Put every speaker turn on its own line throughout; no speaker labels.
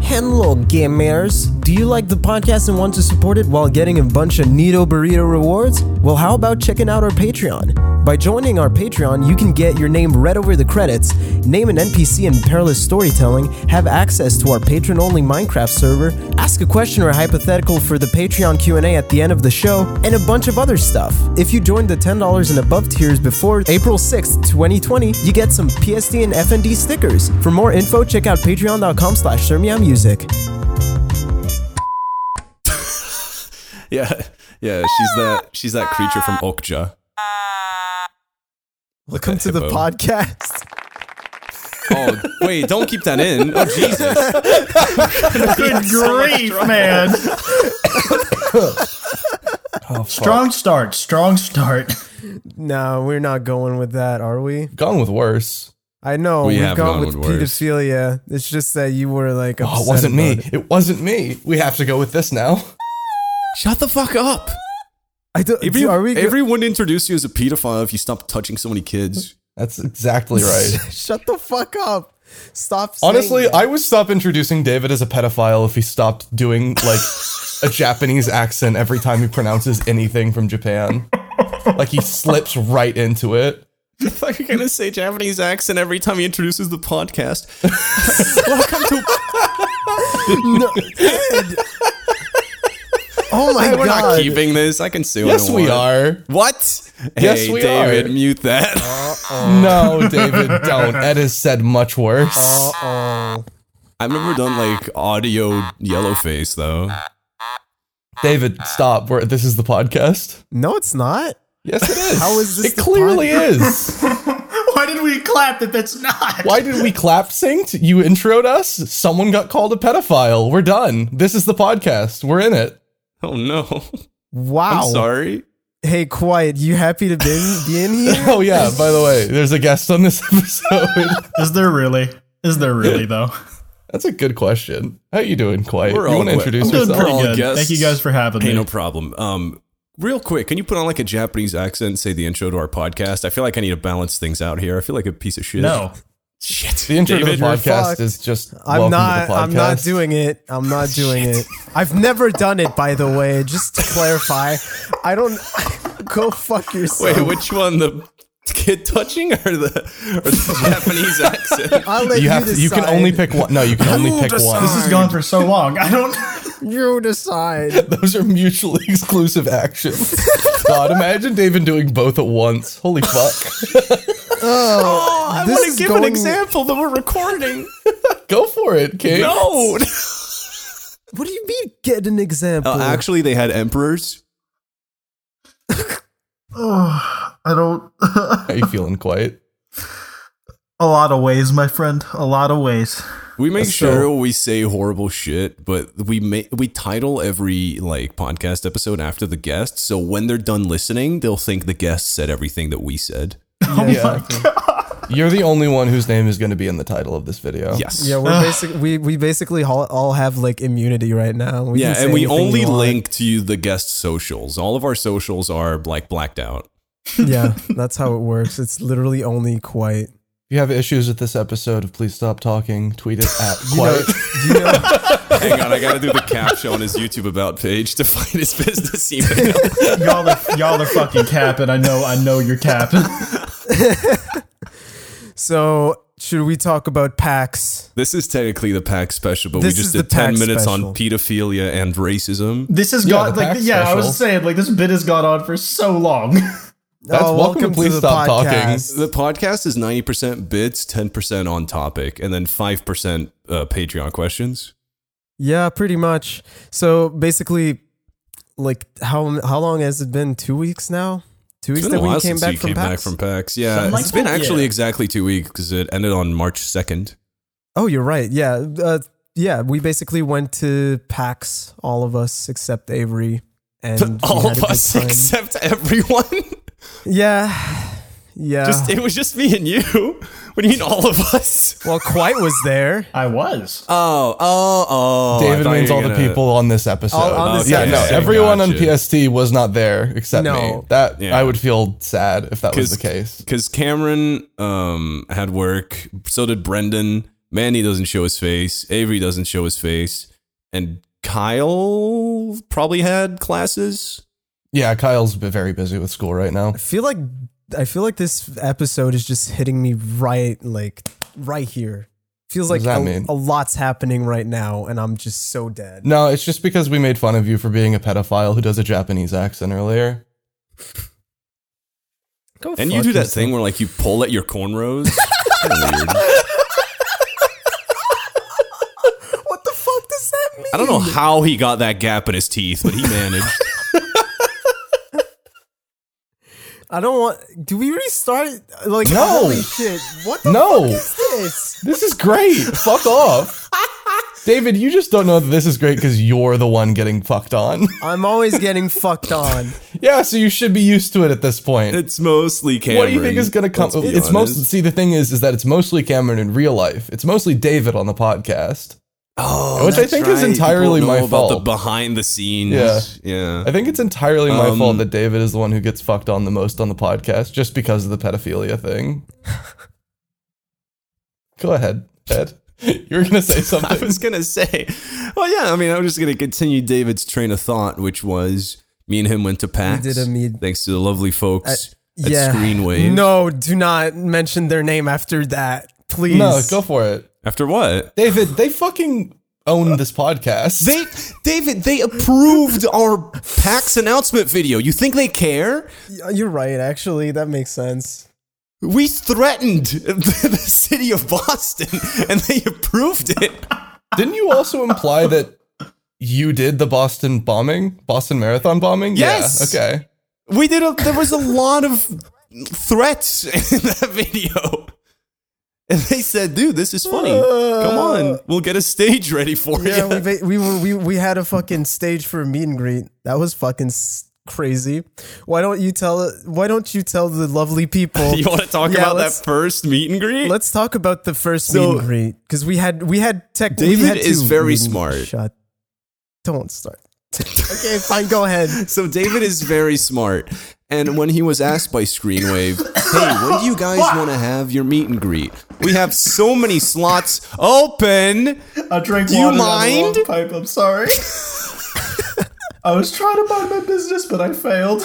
Hello, gamers! Do you like the podcast and want to support it while getting a bunch of Neato Burrito rewards? Well, how about checking out our Patreon? By joining our Patreon, you can get your name read over the credits, name an NPC in perilous storytelling, have access to our patron-only Minecraft server, ask a question or a hypothetical for the Patreon Q&A at the end of the show, and a bunch of other stuff. If you join the $10 and above tiers before April 6th, 2020, you get some PSD and FND stickers. For more info, check out patreon.com slash music.
Yeah, yeah. She's that. She's that creature from Okja.
Welcome to the
hippo.
podcast.
Oh wait, don't keep that in. Oh Jesus.
Good grief, man. Oh, strong start, strong start.
No, we're not going with that, are we?
Gone with worse.
I know
We
we have
have
gone,
gone
with,
with worse.
pedophilia. It's just that you were like,
Oh,
upset
it wasn't me.
about
It. wasn't me. We have to go with this now.
Shut the fuck up.
I don't,
Every,
are we? go-
everyone introduced you as a pedophile if you stopped touching so many kids.
That's exactly right.
Shut the fuck up. Stop. saying
Honestly,
that.
I would stop introducing David as a pedophile if he stopped doing like a Japanese accent every time he pronounces anything from Japan. Like he slips right into it.
I thought you were gonna say Japanese accent every time he introduces the podcast. Welcome to.
No. oh my
We're
god.
not keeping this. I can see.
Yes, we are.
What?
Yes,
hey,
we
David,
are.
mute that.
Uh. No, David, don't. Ed has said much worse.
I've never done like audio yellow face though.
David, stop. We're, this is the podcast.
no, it's not.
Yes, it is.
How is this
It
the
clearly is.
Why did we clap that that's not?
Why did we clap synced? You introed us. Someone got called a pedophile. We're done. This is the podcast. We're in it.
Oh no.
Wow.
I'm sorry.
Hey, quiet. You happy to be, be in here?
Oh yeah. By the way, there's a guest on this episode.
Is there really? Is there really though?
That's a good question. How you doing, Quiet?
We're
you
all
want to
quiet.
introduce
I'm doing
yourself?
pretty
all
good.
guests.
Thank you guys for having
Hey,
me.
no problem. Um, real quick, can you put on like a Japanese accent and say the intro to our podcast? I feel like I need to balance things out here. I feel like a piece of shit.
no.
shit.
The intro
David,
to the
you're
podcast
fucked.
is just.
I'm
welcome
not.
To the
I'm not
podcast.
doing it. I'm not doing it. I've never done it, by the way. Just to clarify, I don't. Go fuck yourself.
Wait, which one? The kid touching or the or the Japanese accent?
I'll let you,
You have. to- you can
decide.
only pick one. No, you can only pick
This
one.
has gone for so long. I don't
You decide.
Those are mutually exclusive actions. God, imagine David doing both at once. Holy fuck.
Oh, I
This
want to
is
give an
going-
example that we're recording.
Go for it, Kate.
No.
What do you mean? Get an example.
Uh, actually, they had emperors.
I don't
How you feeling, Quiet?
a lot of ways, my friend. A lot of ways.
We make
That's
sure
true.
we say horrible shit, but we make we title every like podcast episode after the guest. So when they're done listening, they'll think the guest said everything that we said.
Oh
yeah. You're the only one whose name is going to be in the title of this video.
Yes.
yeah, we're basic. We we basically all, all have like immunity right now. We
yeah,
can say
and we
anything
only
want.
link to the guest socials. All of our socials are like blacked out.
Yeah, that's how it works. It's literally only quite.
If you have issues with this episode, please stop talking. Tweet us at
You know,
quiet.
you know,
Hang on, I gotta do the caption on his YouTube about page to find his business email.
Y'all are y'all are fucking capping. I know I know you're capping.
so should we talk about PAX?
This is technically the pack special, but
This
we
is
just
the
did ten
PAC
minutes
special.
on pedophilia and racism.
This has
Yeah,
gone
the
like
pack
yeah, I
special.
was saying like this bit has gone on for so long.
That's
Oh,
welcome.
welcome to
Please
the
stop
podcast.
The podcast is ninety percent bits, ten percent on topic, and then five percent uh, Patreon questions.
Yeah, pretty much. So basically, like how how long has it been? Two weeks now. Two weeks
It's been
that
a while
we came
since
back,
you
from
came back
PAX.
from PAX. Yeah,
Something like
it's been
that,
actually
yeah.
exactly two weeks because it ended on March second.
Oh, you're right. Yeah, uh, yeah, we basically went to PAX, all of us except Avery, and we
All
had a
of
good
us
time.
except everyone.
yeah, yeah.
Just it was just me and you. What do you mean all of us?
well, Quite was there.
I was.
Oh, oh, oh. I
David
thought you
means
were
all the
gonna-
people on this episode.
All on this
yeah, no,
episode.
everyone on
Gotcha.
PST was not there except
No.
me. That
Yeah.
I would feel sad if that was the case.
Because Cameron um, had work. So did Brendan. Manny doesn't show his face. Avery doesn't show his face. And Kyle probably had classes.
Yeah, Kyle's b- very busy with school right now.
I feel like I feel like this episode is just hitting me right, like right here. Feels like
does that
a,
mean?
a lot's happening right now, and I'm just so dead.
No, it's just because we made fun of you for being a pedophile who does a Japanese accent earlier.
Go
And you
fuck
do that
yourself.
thing where like you pull at your cornrows. Weird.
What the fuck does that mean?
I don't know how he got that gap in his teeth, but he managed.
I don't want. Do we restart? Like
No.
Holy shit! What the
No.
fuck is this?
This is great. Fuck off. David, you just don't know that this is great because you're the one getting fucked on.
I'm always getting fucked on.
yeah, so you should be used to it at this point.
it's mostly Cameron.
what do you think is gonna come?
let's be
It's mostly
honest.
see the thing is is that it's mostly Cameron in real life. It's mostly David on the podcast.
Oh,
Which I
that's
think is
right.
entirely
People know
my
about The
fault.
behind the scenes.
Yeah.
yeah.
I think it's entirely my
Um,
fault that David is the one who gets fucked on the most on the podcast just because of the pedophilia thing. Go ahead, Ed. You were gonna say
I
something.
was gonna say, well, yeah. I mean, I'm just gonna continue David's train of thought, which was me and him went to PAX.
did a meet-
thanks to the lovely folks at
yeah.
Screenwave.
No, do not mention their name after that, please.
No, go for it,
After what?
David. They fucking own this podcast.
They, David, they approved our PAX announcement video. You think they care?
You're right. Actually, that makes sense.
We threatened the, the city of Boston, and they approved it.
Didn't you also imply that you did the Boston bombing, Boston Marathon bombing?
Yes.
Yeah, okay.
We did. A, there was a lot of threats in that video, and they said, "Dude, this is funny. Come on, we'll get a stage ready for
Yeah,
you."
we ba- we were we we had a fucking stage for a meet and greet. That was fucking s- crazy. Why don't you tell? Why don't you tell the lovely people?
you want to talk
Yeah,
about that
let's-
first meet and greet?
Let's talk about the first
So-
meet and greet because we had we had tech. we
David
had
is
two
very
meet and-
smart.
Shut. Don't start. okay, fine. Go ahead.
so David is very smart, and when he was asked by Screenwave, "Hey, when do you guys want to have your meet and greet? We have so many slots open."
I drank
Do you
water out of a
mind?
long pipe. I'm sorry. I was trying to mind my business, but I failed.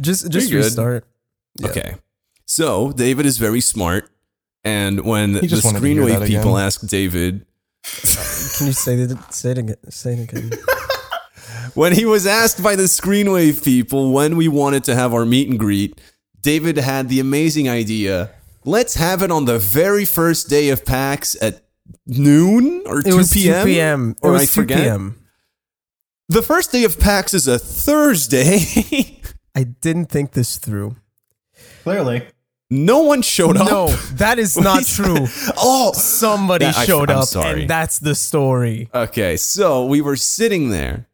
Just just
You're good.
restart.
Okay. So David is very smart, and when the
just wanted to hear
Screenwave
that
people
again.
asked David,
Can you say that? Say it again. Say it again.
when he was asked by the Screenwave people when we wanted to have our meet and greet, David had the amazing idea. Let's have it on the very first day of PAX at noon or
It
2
was
p.m.
2 p.m. It
Or
was
I
2
forget.
p.m.
The first day of PAX is a Thursday.
I didn't think this through.
Clearly.
Oh, no one showed up.
No, that is
We
not
said-
true.
Oh,
Somebody
That- I-
showed
I'm
up,
sorry.
and that's the story.
Okay, so we were sitting there.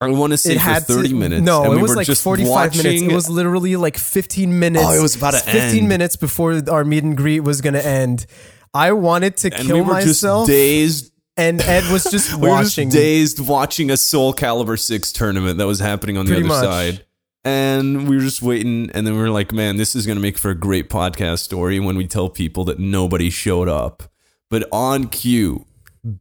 I want to say
it had
for thirty
to,
minutes.
No,
and
it
we
was
were
like
just
forty-five minutes.
watching-
It was literally like fifteen minutes.
Oh, it was about to
fifteen
end.
minutes before our meet and greet was gonna end. I wanted to
and
kill
we were
myself,
just dazed.
and Ed was just
We were just
watching.
dazed watching a Soul Calibur Six tournament that was happening on the
Pretty
other
much.
side. And we were just waiting, and then we were like, "Man, this is gonna make for a great podcast story when we tell people that nobody showed up." But on cue,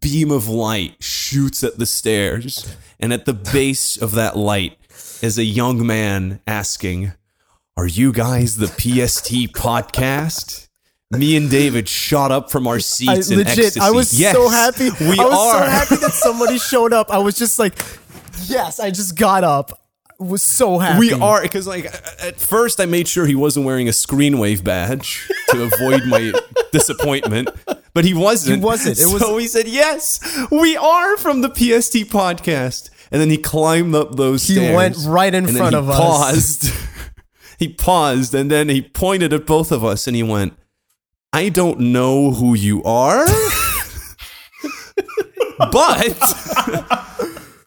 beam of light shoots at the stairs, and at the base of that light is a young man asking, Are you guys the PST podcast? Me and David shot up from our
I,
seats. in
legit, I
ecstasy.
was
Yes,
so happy.
We
I was
are.
so happy that somebody showed up. I was just like, yes, I just got up. I was so happy.
We are because like at first I made sure he wasn't wearing a screenwave badge to avoid my disappointment, but he wasn't.
He wasn't. It was-
so he said, "Yes, we are from the PST podcast." And then he climbed up those.
He
stairs,
went right in
and then
front
he
of us.
Paused. he paused, and then he pointed at both of us, and he went, "I don't know who you are." but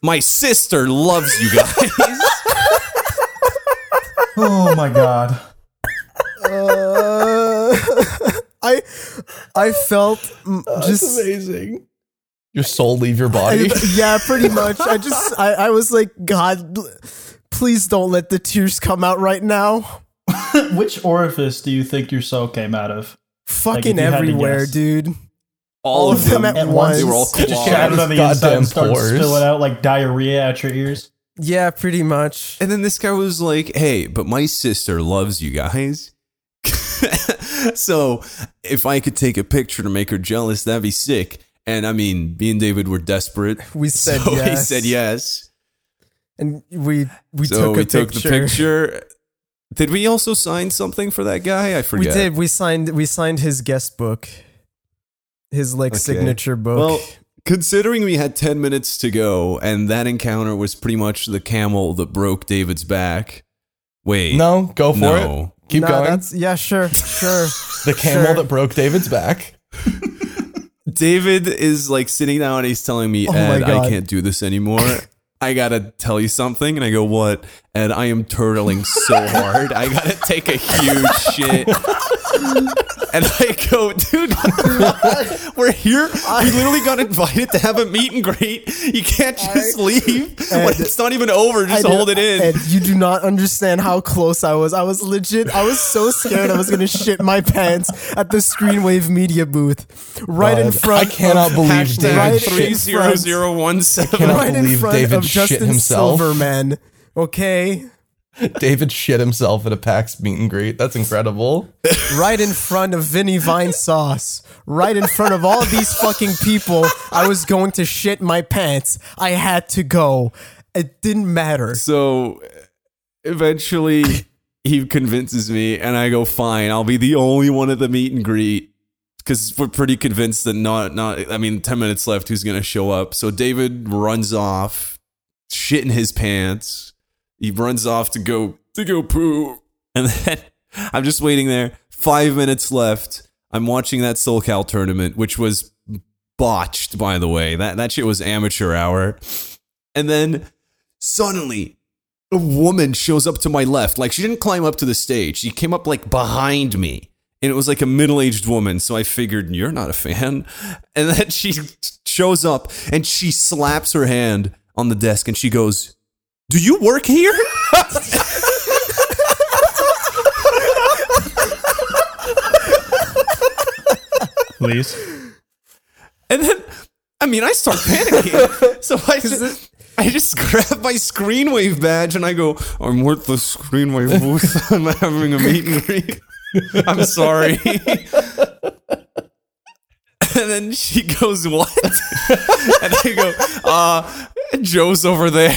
my sister loves you guys.
Oh my god.
Uh, I I felt mm, just
amazing. Your soul leave your body.
yeah, pretty much. I just I, I was like, God, please don't let the tears come out right now.
Which orifice do you think your soul came out of?
Fucking
you had to
everywhere,
guess.
dude.
All of them
at
once.
They were all
It just
claws.
shattered on the inside
Goddamn
and started
pores.
spilling out like diarrhea at your ears.
Yeah, pretty much.
And then this guy was like, "Hey, but my sister loves you guys." so, if I could take a picture to make her jealous, that'd be sick. And I mean, me and David were desperate.
We said
so he
yes.
said yes.
And we we
so
took a
we took
picture.
the picture. Did we also sign something for that guy? I
We
forget.
did. We signed we signed his guest book. His like
Okay.
signature book.
Well, considering we had 10 minutes to go and that encounter was pretty much the camel that broke David's back. Wait.
no, go for
No.
it. Keep
Nah,
going.
that's- yeah, sure, sure.
The camel
sure.
that broke David's back.
David is like sitting down and he's telling me,
Oh my
Ed, I
God.
can't do this anymore. I gotta tell you something. And I go, What? And I am turtling so hard. I gotta take a huge shit. And I go, dude, what? we're here. We literally got invited to have a meet and greet. You can't just leave when
Ed,
it's not even over. Just
I do-
hold it in.
And you do not understand how close I was. I was legit. I was so scared I was gonna shit my pants at the Screenwave Media booth, right in
God,
front.
I cannot
of,
believe
hashtag
David
right
shit
in front-
300170.
cannot
Right in
believe
front
David
of
shit
Justin
himself.
Silverman. Okay,
David shit himself at a PAX meet and greet. That's incredible.
right in front of Vinny Vine Sauce. Right in front of all these fucking people. I was going to shit my pants. I had to go. It didn't matter.
So eventually he convinces me, and I go, fine, I'll be the only one at the meet and greet. Because we're pretty convinced that not, not, I mean, 10 minutes left, who's going to show up? So David runs off, shit in his pants. He runs off to go, to go poo. And then I'm just waiting there. Five minutes left. I'm watching that SoulCal tournament, which was botched, by the way. That, that shit was amateur hour. And then suddenly a woman shows up to my left. Like she didn't climb up to the stage. She came up like behind me. And it was like a middle-aged woman, so I figured you're not a fan. And then she shows up and she slaps her hand on the desk and she goes, "Do you work here?"
Please.
And then I mean, I start panicking. so I just I just grab my screenwave badge and I go, "I'm worth the screenwave booth. I'm having a meet and greet." I'm sorry. and then she goes, What? and I go, uh, Joe's over there.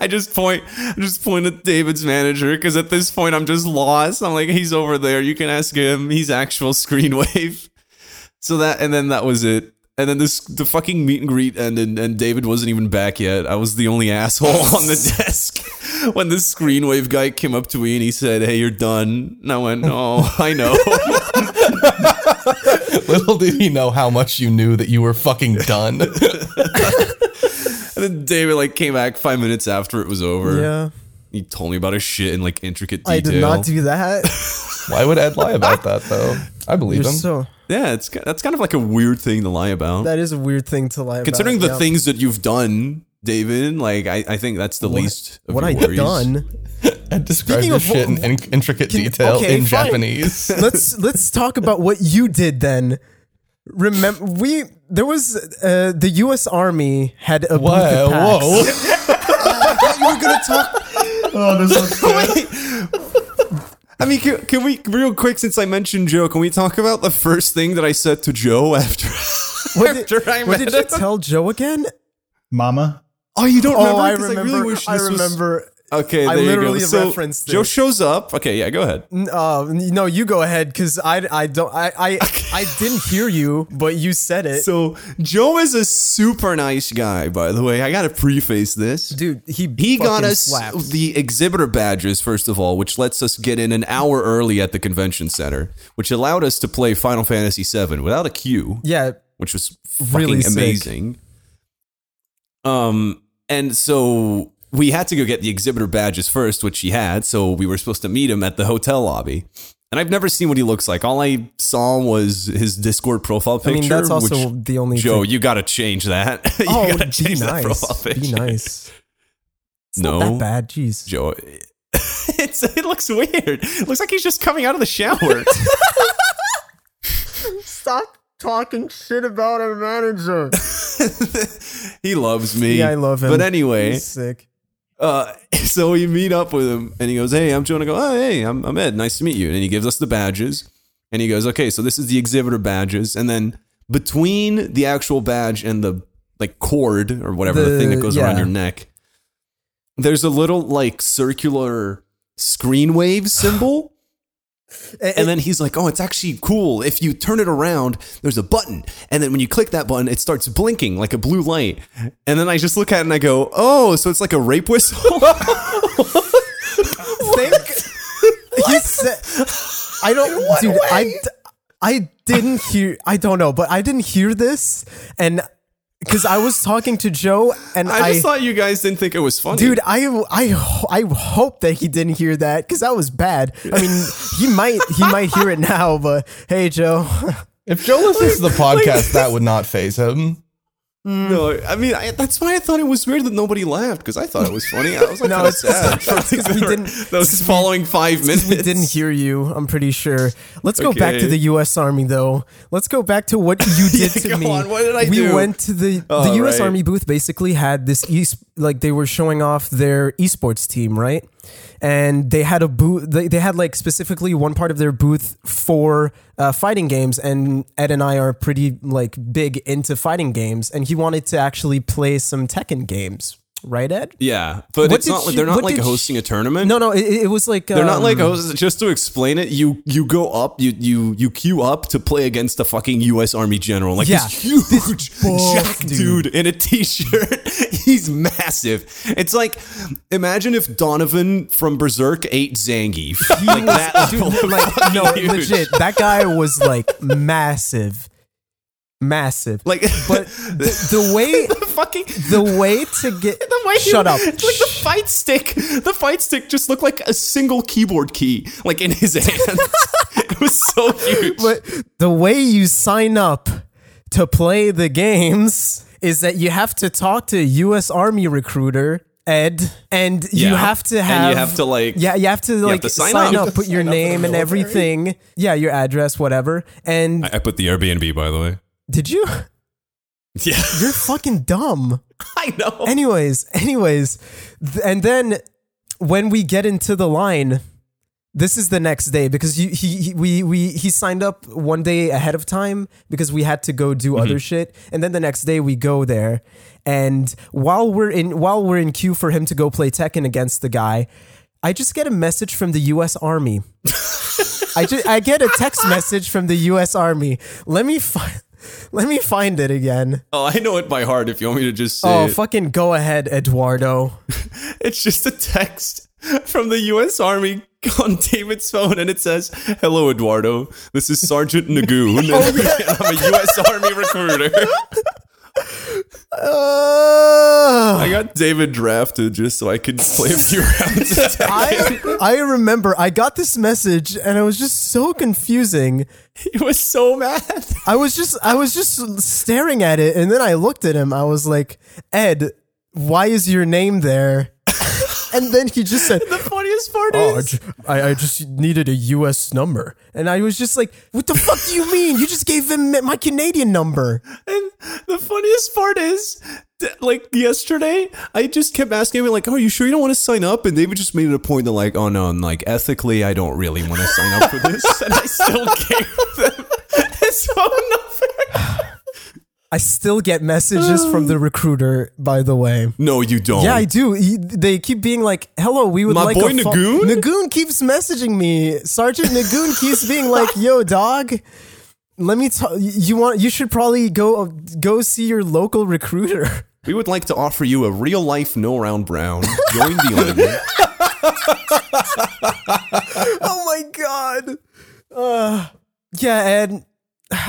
I just point I just point at David's manager because at this point I'm just lost. I'm like, he's over there. You can ask him. He's actual screenwave. So that and then that was it. And then this the fucking meet and greet ended and David wasn't even back yet. I was the only asshole on the desk when the screenwave guy came up to me and he said, Hey, you're done. And I went, Oh, I know.
Little did he know how much you knew that you were fucking done.
And then David like came back five minutes after it was over.
Yeah.
He told me about his shit in like intricate detail.
I did not do that.
Why would Ed lie about that though? I believe
You're
him.
so.
yeah, it's ki- that's kind of like a weird thing to lie about.
That is a weird thing to lie about.
Considering the
yeah.
things that you've done, David, like I, I think that's the least of
what
your
I
worries.
done.
Ed described
Speaking
his
of
shit in
wh-
in- intricate
Can-
detail
okay,
in
fine.
Japanese.
let's let's talk about what you did then. Remember, we there was uh, the U.S. Army had a booth at
Whoa,
PAX.
whoa.
We're gonna talk.
Oh, this looks good.
I mean, can, can we real quick since I mentioned Joe? Can we talk about the first thing that I said to Joe after?
What
after
did,
I
what
met
did you
him?
tell Joe again?
Mama.
Oh, you don't
Oh,
remember?
I
'Cause
remember. I,
really wish this was-
remember.
Okay,
I
there you go.
literally
So,
referenced
Joe
it.
shows up. Okay, yeah, go ahead.
N- Uh, no, you go ahead because I I don't I I, I didn't hear you, but you said it.
So Joe is a super nice guy, by the way. I gotta preface this.
Dude, he
He got
fucking
us
slapped.
the exhibitor badges, first of all, which lets us get in an hour early at the convention center, which allowed us to play Final Fantasy VII without a queue.
yeah,
which was
Really
really
sick.
amazing. Um, and so we had to go get the exhibitor badges first, which he had. So we were supposed to meet him at the hotel lobby. And I've never seen what he looks like. All I saw was his Discord profile
I
picture.
mean, that's also
which,
the only.
Joe.
thing-
You got to change that. you
oh,
gotta
be
change that profile
nice. Be
picture.
nice. It's
No,
not that bad. Jeez.
Joe. It's, it looks weird. It looks like he's just coming out of the shower.
Stop talking shit about our manager.
he loves me.
Yeah, I love him.
But anyway,
He's sick.
uh, so we meet up with him and he goes, Hey, I'm Joe. And I go, Oh, hey, I'm, I'm Ed. Nice to meet you. And he gives us the badges and he goes, Okay, so this is the exhibitor badges. And then between the actual badge and the like cord or whatever the,
The-
thing that goes around
yeah.
your neck, there's a little like circular screen wave symbol. And then he's like, "Oh, it's actually cool. If you turn it around, there's a button, and then when you click that button, it starts blinking like a blue light." And then I just look at it and I go, "Oh, so it's like a rape whistle."
He said, I don't, dude. I, d- I didn't hear. I don't know, but I didn't hear this, and because I was talking to Joe, and I,
I just thought you guys didn't think it was funny,
dude, I, I, ho- I hope that he didn't hear that because that was bad. I mean, he might, he might hear it now, but hey, Joe,
If Joe listens to the podcast, that would not phase him.
No, I mean I, that's why I thought it was weird that nobody laughed because I thought it was funny. I was like,
No,
no,
it's-
sad.
it's 'cause we didn't-
That was his following five minutes.
we didn't hear you. I'm pretty sure. Let's go back to
Okay.
the U.S. Army, though. Let's go back to what you did
Yeah,
to
go
me.
on, what did I
we
do?
went to the the
Oh,
U.S.
right.
Army booth. Basically, had this east like they were showing off their esports team, right? And they had a booth. They, they had like specifically one part of their booth for uh, fighting games. And Ed and I are pretty like big into fighting games, and he wanted to actually play some Tekken games, right, Ed?
Yeah, but
What
it's
did
not.
you-
they're not
what
like
did you-
hosting a tournament.
No, no, it, it was like
They're not like
um,
oh, just to explain it. You you go up, you you you queue up to play against the fucking U.S. Army general, like
Yeah.
this huge
bull
jack
dude.
dude. in a t-shirt. He's massive. It's like imagine if Donovan from Berserk ate Zangief. like that
dude,
level of
like no,
huge.
legit. That guy was like massive, massive.
Like
but the, the way
the fucking
the way to get
the way he-
shut up.
It's like the fight stick. The fight stick just looked like a single keyboard key, like in his hand. it was so huge.
but the way you sign up to play the games is that you have to talk to a U.S. Army recruiter. Ed, and you
Yeah.
have to
And you
have
have to, like-
yeah, you have to like
to
sign,
sign
up,
up.
put your name and everything, yeah, your address, whatever. And
I put the Airbnb, by the way.
did you?
Yeah,
You're fucking dumb.
I know.
anyways, anyways, th- and then when we get into the line, this is the next day because you, he, he we we he signed up one day ahead of time because we had to go
Mm-hmm.
do other shit, and then the next day we go there, and while we're in while we're in queue for him to go play Tekken against the guy, I just get a message from the U.S. Army. I just I get a text message from the U.S. Army. Let me find let me find it again.
Oh, I know it by heart. If you want me to just say,
Oh,
it.
fucking go ahead, Eduardo.
it's just a text from the U.S. Army on David's phone, and it says, "Hello, Eduardo. This is Sergeant
Oh,
Nagoon, and I'm a U.S. Army recruiter." I
Uh,
got David drafted just so I could play a few rounds. of Tekken.
I I remember I got this message and it was just so confusing.
He was so mad.
I was just I was just staring at it and then I looked at him. I was like, "Ed, why is your name there?" and then he just said,
The funniest part
"Oh, I
is
ju- I, I just needed a US number." And I was just like, "What the fuck do you mean? You just gave him my Canadian number."
And the funniest part is, that, like yesterday, I just kept asking him, like, "Oh, you sure you don't want to sign up?" And David just made it a point to like, "Oh no, and like ethically, I don't really want to sign up for this," and I still gave them his phone number.
I still get messages from the recruiter, by the way.
No, you don't.
Yeah, I do. He, they keep being like, "Hello, we would
Oh. My
like
boy
a fo-
Nagoon?
Nagoon keeps messaging me. Sergeant Nagoon keeps being like, "Yo, dog, let me tell you want you should probably go go see your local recruiter."
we would like to offer you a real life no round brown. Join the army.
oh my god. Uh, yeah, Ed,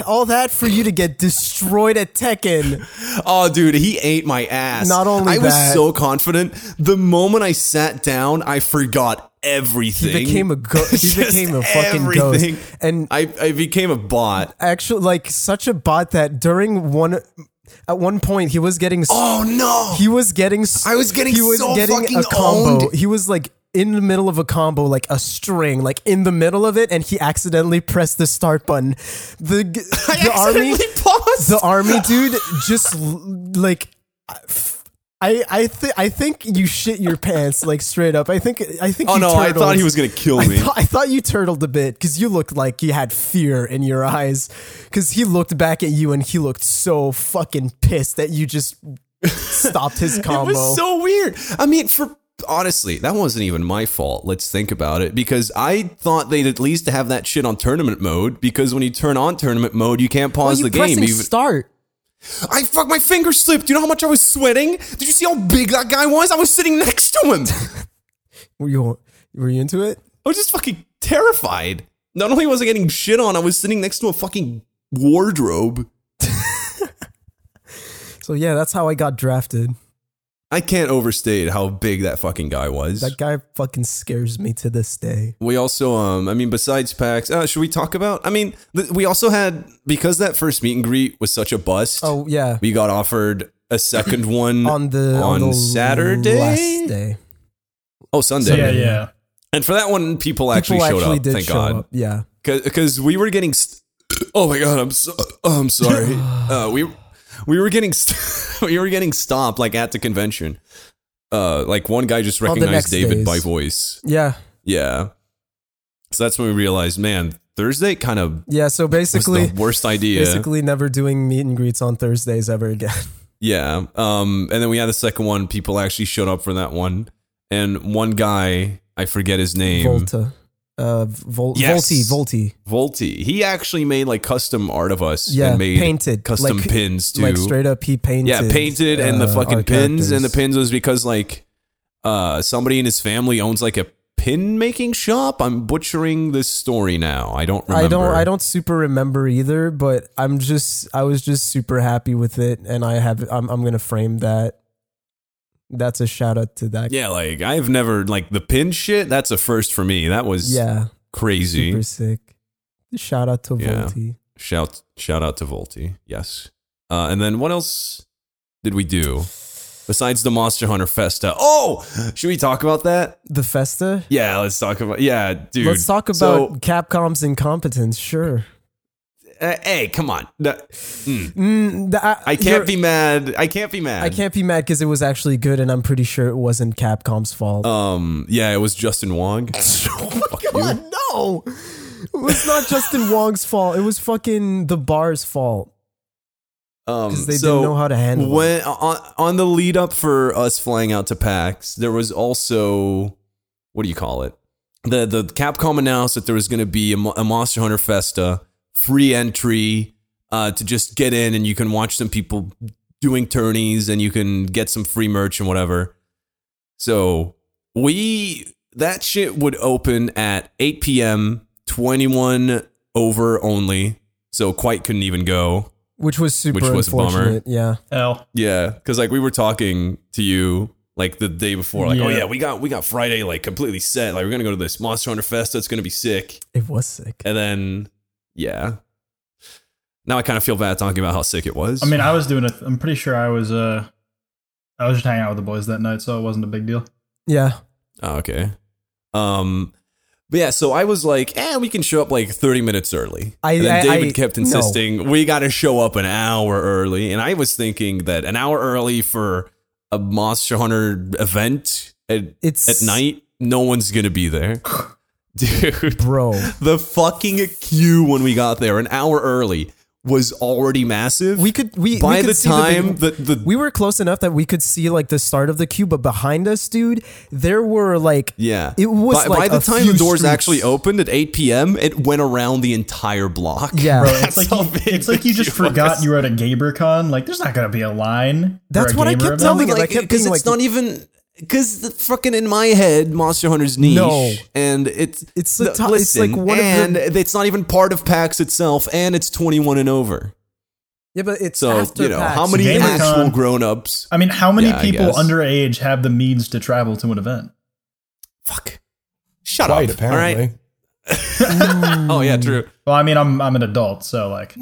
all that for you to get destroyed at Tekken.
Oh, dude, he ate my ass.
Not only
I was
that-
so confident. The moment I sat down, I forgot everything.
He became a ghost. He
Just
became a fucking
everything.
ghost. And
I, I became a bot.
actually, like such a bot that during one, at one point he was getting. s-
Oh no!
He was getting. s-
I was getting
He was
so
getting
fucking
a combo.
owned.
He was like in the middle of a combo, like a string, like in the middle of it, and he accidentally pressed the start button. The g- the army.
accidentally paused.
the army dude just l- like I I th- I think you shit your pants like straight up. I think I think.
oh
you
no! I thought
turtled.
he was gonna kill
I
me.
thought, I thought you turtled a bit because you looked like you had fear in your eyes. Because he looked back at you and he looked so fucking pissed that you just stopped his combo.
It was so weird. I mean, for honestly, that wasn't even my fault. Let's think about it because I thought they'd at least have that shit on tournament mode because when you turn on tournament mode, you can't
Why are
pause
you
the game.
pressing
even-
start.
I fuck my finger slipped. Do you know how much I was sweating? Did you see how big that guy was? I was sitting next to him.
Were you were you into it?
I was just fucking terrified. Not only was I getting shit on, I was sitting next to a fucking wardrobe.
So yeah, that's how I got drafted.
I can't overstate how big that fucking guy was.
That guy fucking scares me to this day.
We also, um, I mean, besides PAX, uh, should we talk about? I mean, th- we also had because that first meet and greet was such a bust.
Oh yeah.
we got offered a second one
on the
on
the
Saturday?
last day.
oh Sunday.
Yeah, yeah.
And for that one, people actually
People
showed
actually
up.
did
thank
show
God.
up. Yeah,
because we were getting. St- oh my god, I'm so oh, I'm sorry. uh, we we were getting st- we were getting stopped like at the convention. Uh, like one guy just
the next
recognized David
days.
by voice.
yeah,
Yeah, so that's when we realized, man, Thursday kind of
yeah. So basically,
was the worst idea.
basically never doing meet and greets on Thursdays ever again.
Yeah. Um, and then we had the second one. People actually showed up for that one, and one guy I forget his name.
Volta, uh, Vol-
Yes.
Volti, Volti,
Volti. He actually made like custom art of us
yeah,
and made
painted
custom
like,
pins too.
like straight up he painted.
yeah, painted and the
uh,
fucking
our
pins and the
characters.
pins was because like uh somebody in his family owns like a pin making shop. I'm butchering this story now. I don't remember.
I don't, I don't super remember either, but I'm just, I was just super happy with it, and I have, I'm, I'm gonna frame that. That's a shout out to that.
Yeah, like I've never like the pin shit. That's a first for me. That was
yeah,
crazy.
super sick. Shout out to
Yeah.
Volti.
Shout shout out to Volti. Yes. Uh, and then what else did we do besides the Monster Hunter Festa? Oh, should we talk about that?
The Festa?
Yeah, let's talk about. Yeah, dude.
Let's talk about
So,
Capcom's incompetence, sure.
uh, hey, come on. No, mm.
Mm, th- I,
I
you're-
can't be mad. I can't be mad.
I can't be mad because it was actually good, and I'm pretty sure it wasn't Capcom's fault.
Um. Yeah, it was Justin Wong.
God, no! It was not Justin Wong's fault. It was fucking the bar's fault.
Um,
'Cause they didn't know how to handle it.
when, uh, On, on the lead up for us flying out to PAX, there was also what do you call it? The the Capcom announced that there was going to be a, Mo- a Monster Hunter Festa, free entry uh, to just get in, and you can watch some people doing tourneys, and you can get some free merch and whatever. So we that shit would open at 8 p.m. 21 over only, so quite couldn't even go.
Which was super
Which was a bummer.
unfortunate. Yeah.
Hell.
Yeah, because like we were talking to you like the day before, like, oh
Yeah.
yeah, we got we got Friday like completely set. Like we're gonna go to this Monster Hunter Festa. It's gonna be sick.
It was sick.
And then yeah, now I kind of feel bad talking about how sick it was.
I mean, I was doing it. I'm pretty sure I was. uh I was just hanging out with the boys that night, so it wasn't a big deal.
Yeah.
oh, okay. Um, but yeah, so I was like, eh, we can show up like thirty minutes early.
I-
and then
I-
David
I-
kept
no.
insisting we got to show up an hour early, and I was thinking that an hour early for a Monster Hunter event. It,
It's
at night, no one's gonna be there. Dude,
Bro.
the fucking queue when we got there an hour early was already massive.
We could we
by
we could
the
see
time
big-
that the,
we were close enough that we could see like the start of the queue, but behind us, dude, there were like
yeah,
It was
by,
like
by the
a
time
few
the doors
streets.
actually opened at 8 p.m. It went around the entire block.
Yeah.
Bro,
That's
it's like
how
you,
big
it's like
the
you just
queue
forgot
was.
you were at a GamerCon. Like, there's not gonna be a line. for
That's
a
what I
gamer
kept
event.
telling
Like,
I kept
because
being
it's
like-
not even because fucking in my head, Monster Hunter's niche,
No.
and it's
It's the
no,
top- it's like one of the-
and it's not even part of PAX itself, and it's twenty one and over.
Yeah, but it's
So
after
you know
PAX.
how many
Gamercon.
actual grown ups?
I mean, how many
Yeah, I
people
guess.
underage have the means to travel to an event?
Fuck, shut
Quite
up.
apparently.
All right. Oh
Um,
yeah, true.
Well, I mean, I'm I'm an adult, so like,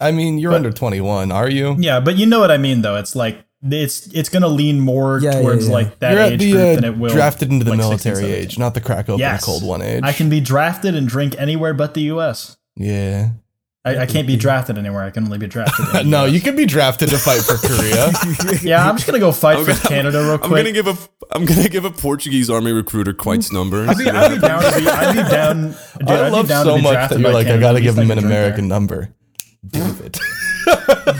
I mean, you're under 21, are you?
yeah, but you know what I mean, though. It's like it's it's gonna lean more
Yeah, yeah,
towards
yeah.
like that
You're
age
at the
group
uh,
than it will
drafted into the
like, 16,
military
17.
age, not the crack open
Yes.
cold one age.
I can be drafted and drink anywhere but the U.S.
Yeah.
I, I can't be drafted anywhere. I can only be drafted. in the
No,
US.
you could be drafted to fight for Korea.
Yeah, I'm just gonna go fight
I'm
for
gonna-
Canada real
I'm gonna
quick.
give a I'm gonna give a Portuguese army recruiter
Hmm.
Quite's number. and
I'd
see
be,
what
I'd be
happens.
down to be. I'd be down. Dude,
I
I'd
love
be down
so
to be
much
drafted
that you're
by
like, I
Canada,
gotta
at
give
least
him
I
an
can drink
American number. David.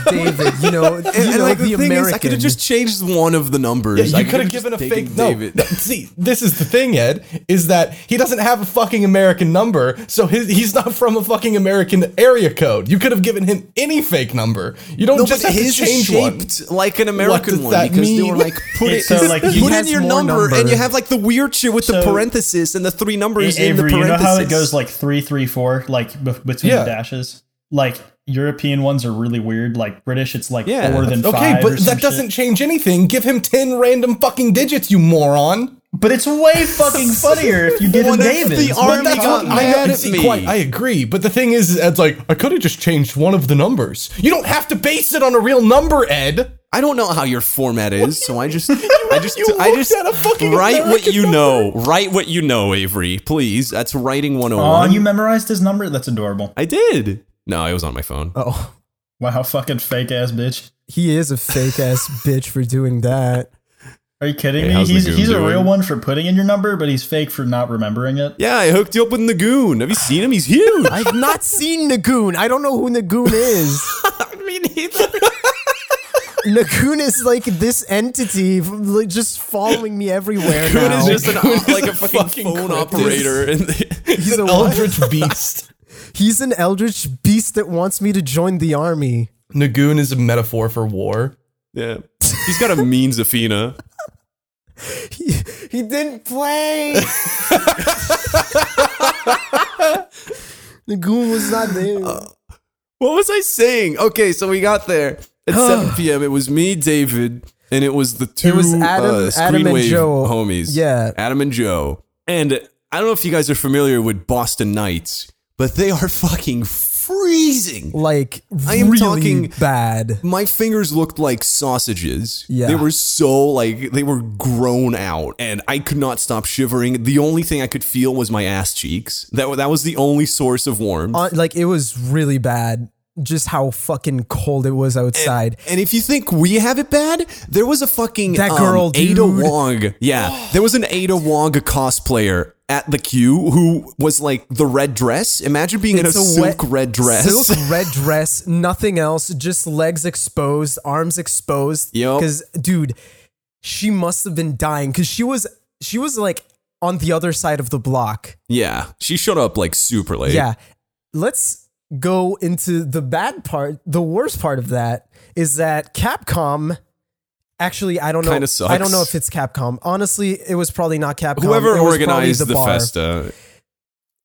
David, you know, you
And, and,
know,
like
the,
the, thing
American.
is, I could have just changed one of the numbers. I
you could
could've
have given a
just
fake
taken
no,
David.
no, See, this is the thing, Ed, is that he doesn't have a fucking American number, so his, he's not from a fucking American area code. You could have given him any fake number. You don't
No,
just
but
have to
his is
change one.
shaped like an American
does
one
that
because they were
mean?
like put it
It's so, like, he
put in
has
your
more
number, and
number.
you have like the weird shit with the
So-
parenthesis and the three numbers in the
Avery, you
parenthesis.
know how it goes like three, three, four, like b- between
Yeah.
the dashes. Like European ones are really weird. Like British, it's like
Yeah.
four than
Okay,
five. or
but
some
that
shit.
doesn't change anything. Give him 10 random fucking digits, you moron.
But it's way fucking funnier if you give him
What if
David.
the army got
I
mad at
see,
me?
quite- I agree, but the thing is, Ed's like, I could have just changed one of the numbers. You don't have to base it on a real number, Ed.
I don't know how your format is, so I just, I just,
You
I
looked
just
at a fucking
write what
American
you
number.
know. Write what you know, Avery. Please, that's writing one hundred and
Oh,
one.
you memorized his number? That's adorable.
I did. No, it was on my phone.
oh,
Wow, fucking fake ass bitch.
he is a fake ass bitch for doing that.
Are you kidding
Hey,
me?
how's
He's
Lagoon
he's a real
doing?
one for putting in your number, but he's fake for not remembering it.
Yeah, I hooked you up with Nagoon. Have you seen him? He's huge.
I've not seen Nagoon. I don't know who Nagoon is.
mean, he's-
Nagoon is like this entity, like, just following me everywhere.
Nagoon
now.
is just an, like a fucking,
fucking
phone
cryptid.
operator. And
he's a what?
Eldritch Beast.
He's an eldritch beast that wants me to join the army.
Nagoon is a metaphor for war.
yeah, he's got a mean Zafina.
He, he didn't play. Nagoon was not there.
Uh, What was I saying? Okay, so we got there at 7 p.m. It was me, David, and it was the two
It was Adam-
uh,
Adam and
Screenwave
Joe.
homies.
Yeah.
Adam and Joe. And I don't know if you guys are familiar with Boston Nights, but they are fucking freezing.
like
I am
really
talking-
bad.
My fingers looked like sausages.
Yeah.
They were so like they were grown out and I could not stop shivering. The only thing I could feel was my ass cheeks. That that was the only source of warmth.
Uh, like it was really bad. Just how fucking cold it was outside.
And if you think we have it bad, there was a fucking
That girl,
um, Ada
dude.
Wong. Yeah, there was an Ada Wong cosplayer at the queue who was like the red dress. Imagine being in a, silk red dress.
Silk red dress, nothing else, just legs exposed, arms exposed.
Yup.
Cause dude, she must have been dying. Cause she was she was like on the other side of the block.
Yeah, she showed up like super late.
Yeah. Let's go into the bad part. The worst part of that is that Capcom actually I don't know
Kinda sucks.
I don't know if it's Capcom. Honestly, it was probably not Capcom. It
whoever
was probably
organized the,
bar.
festa.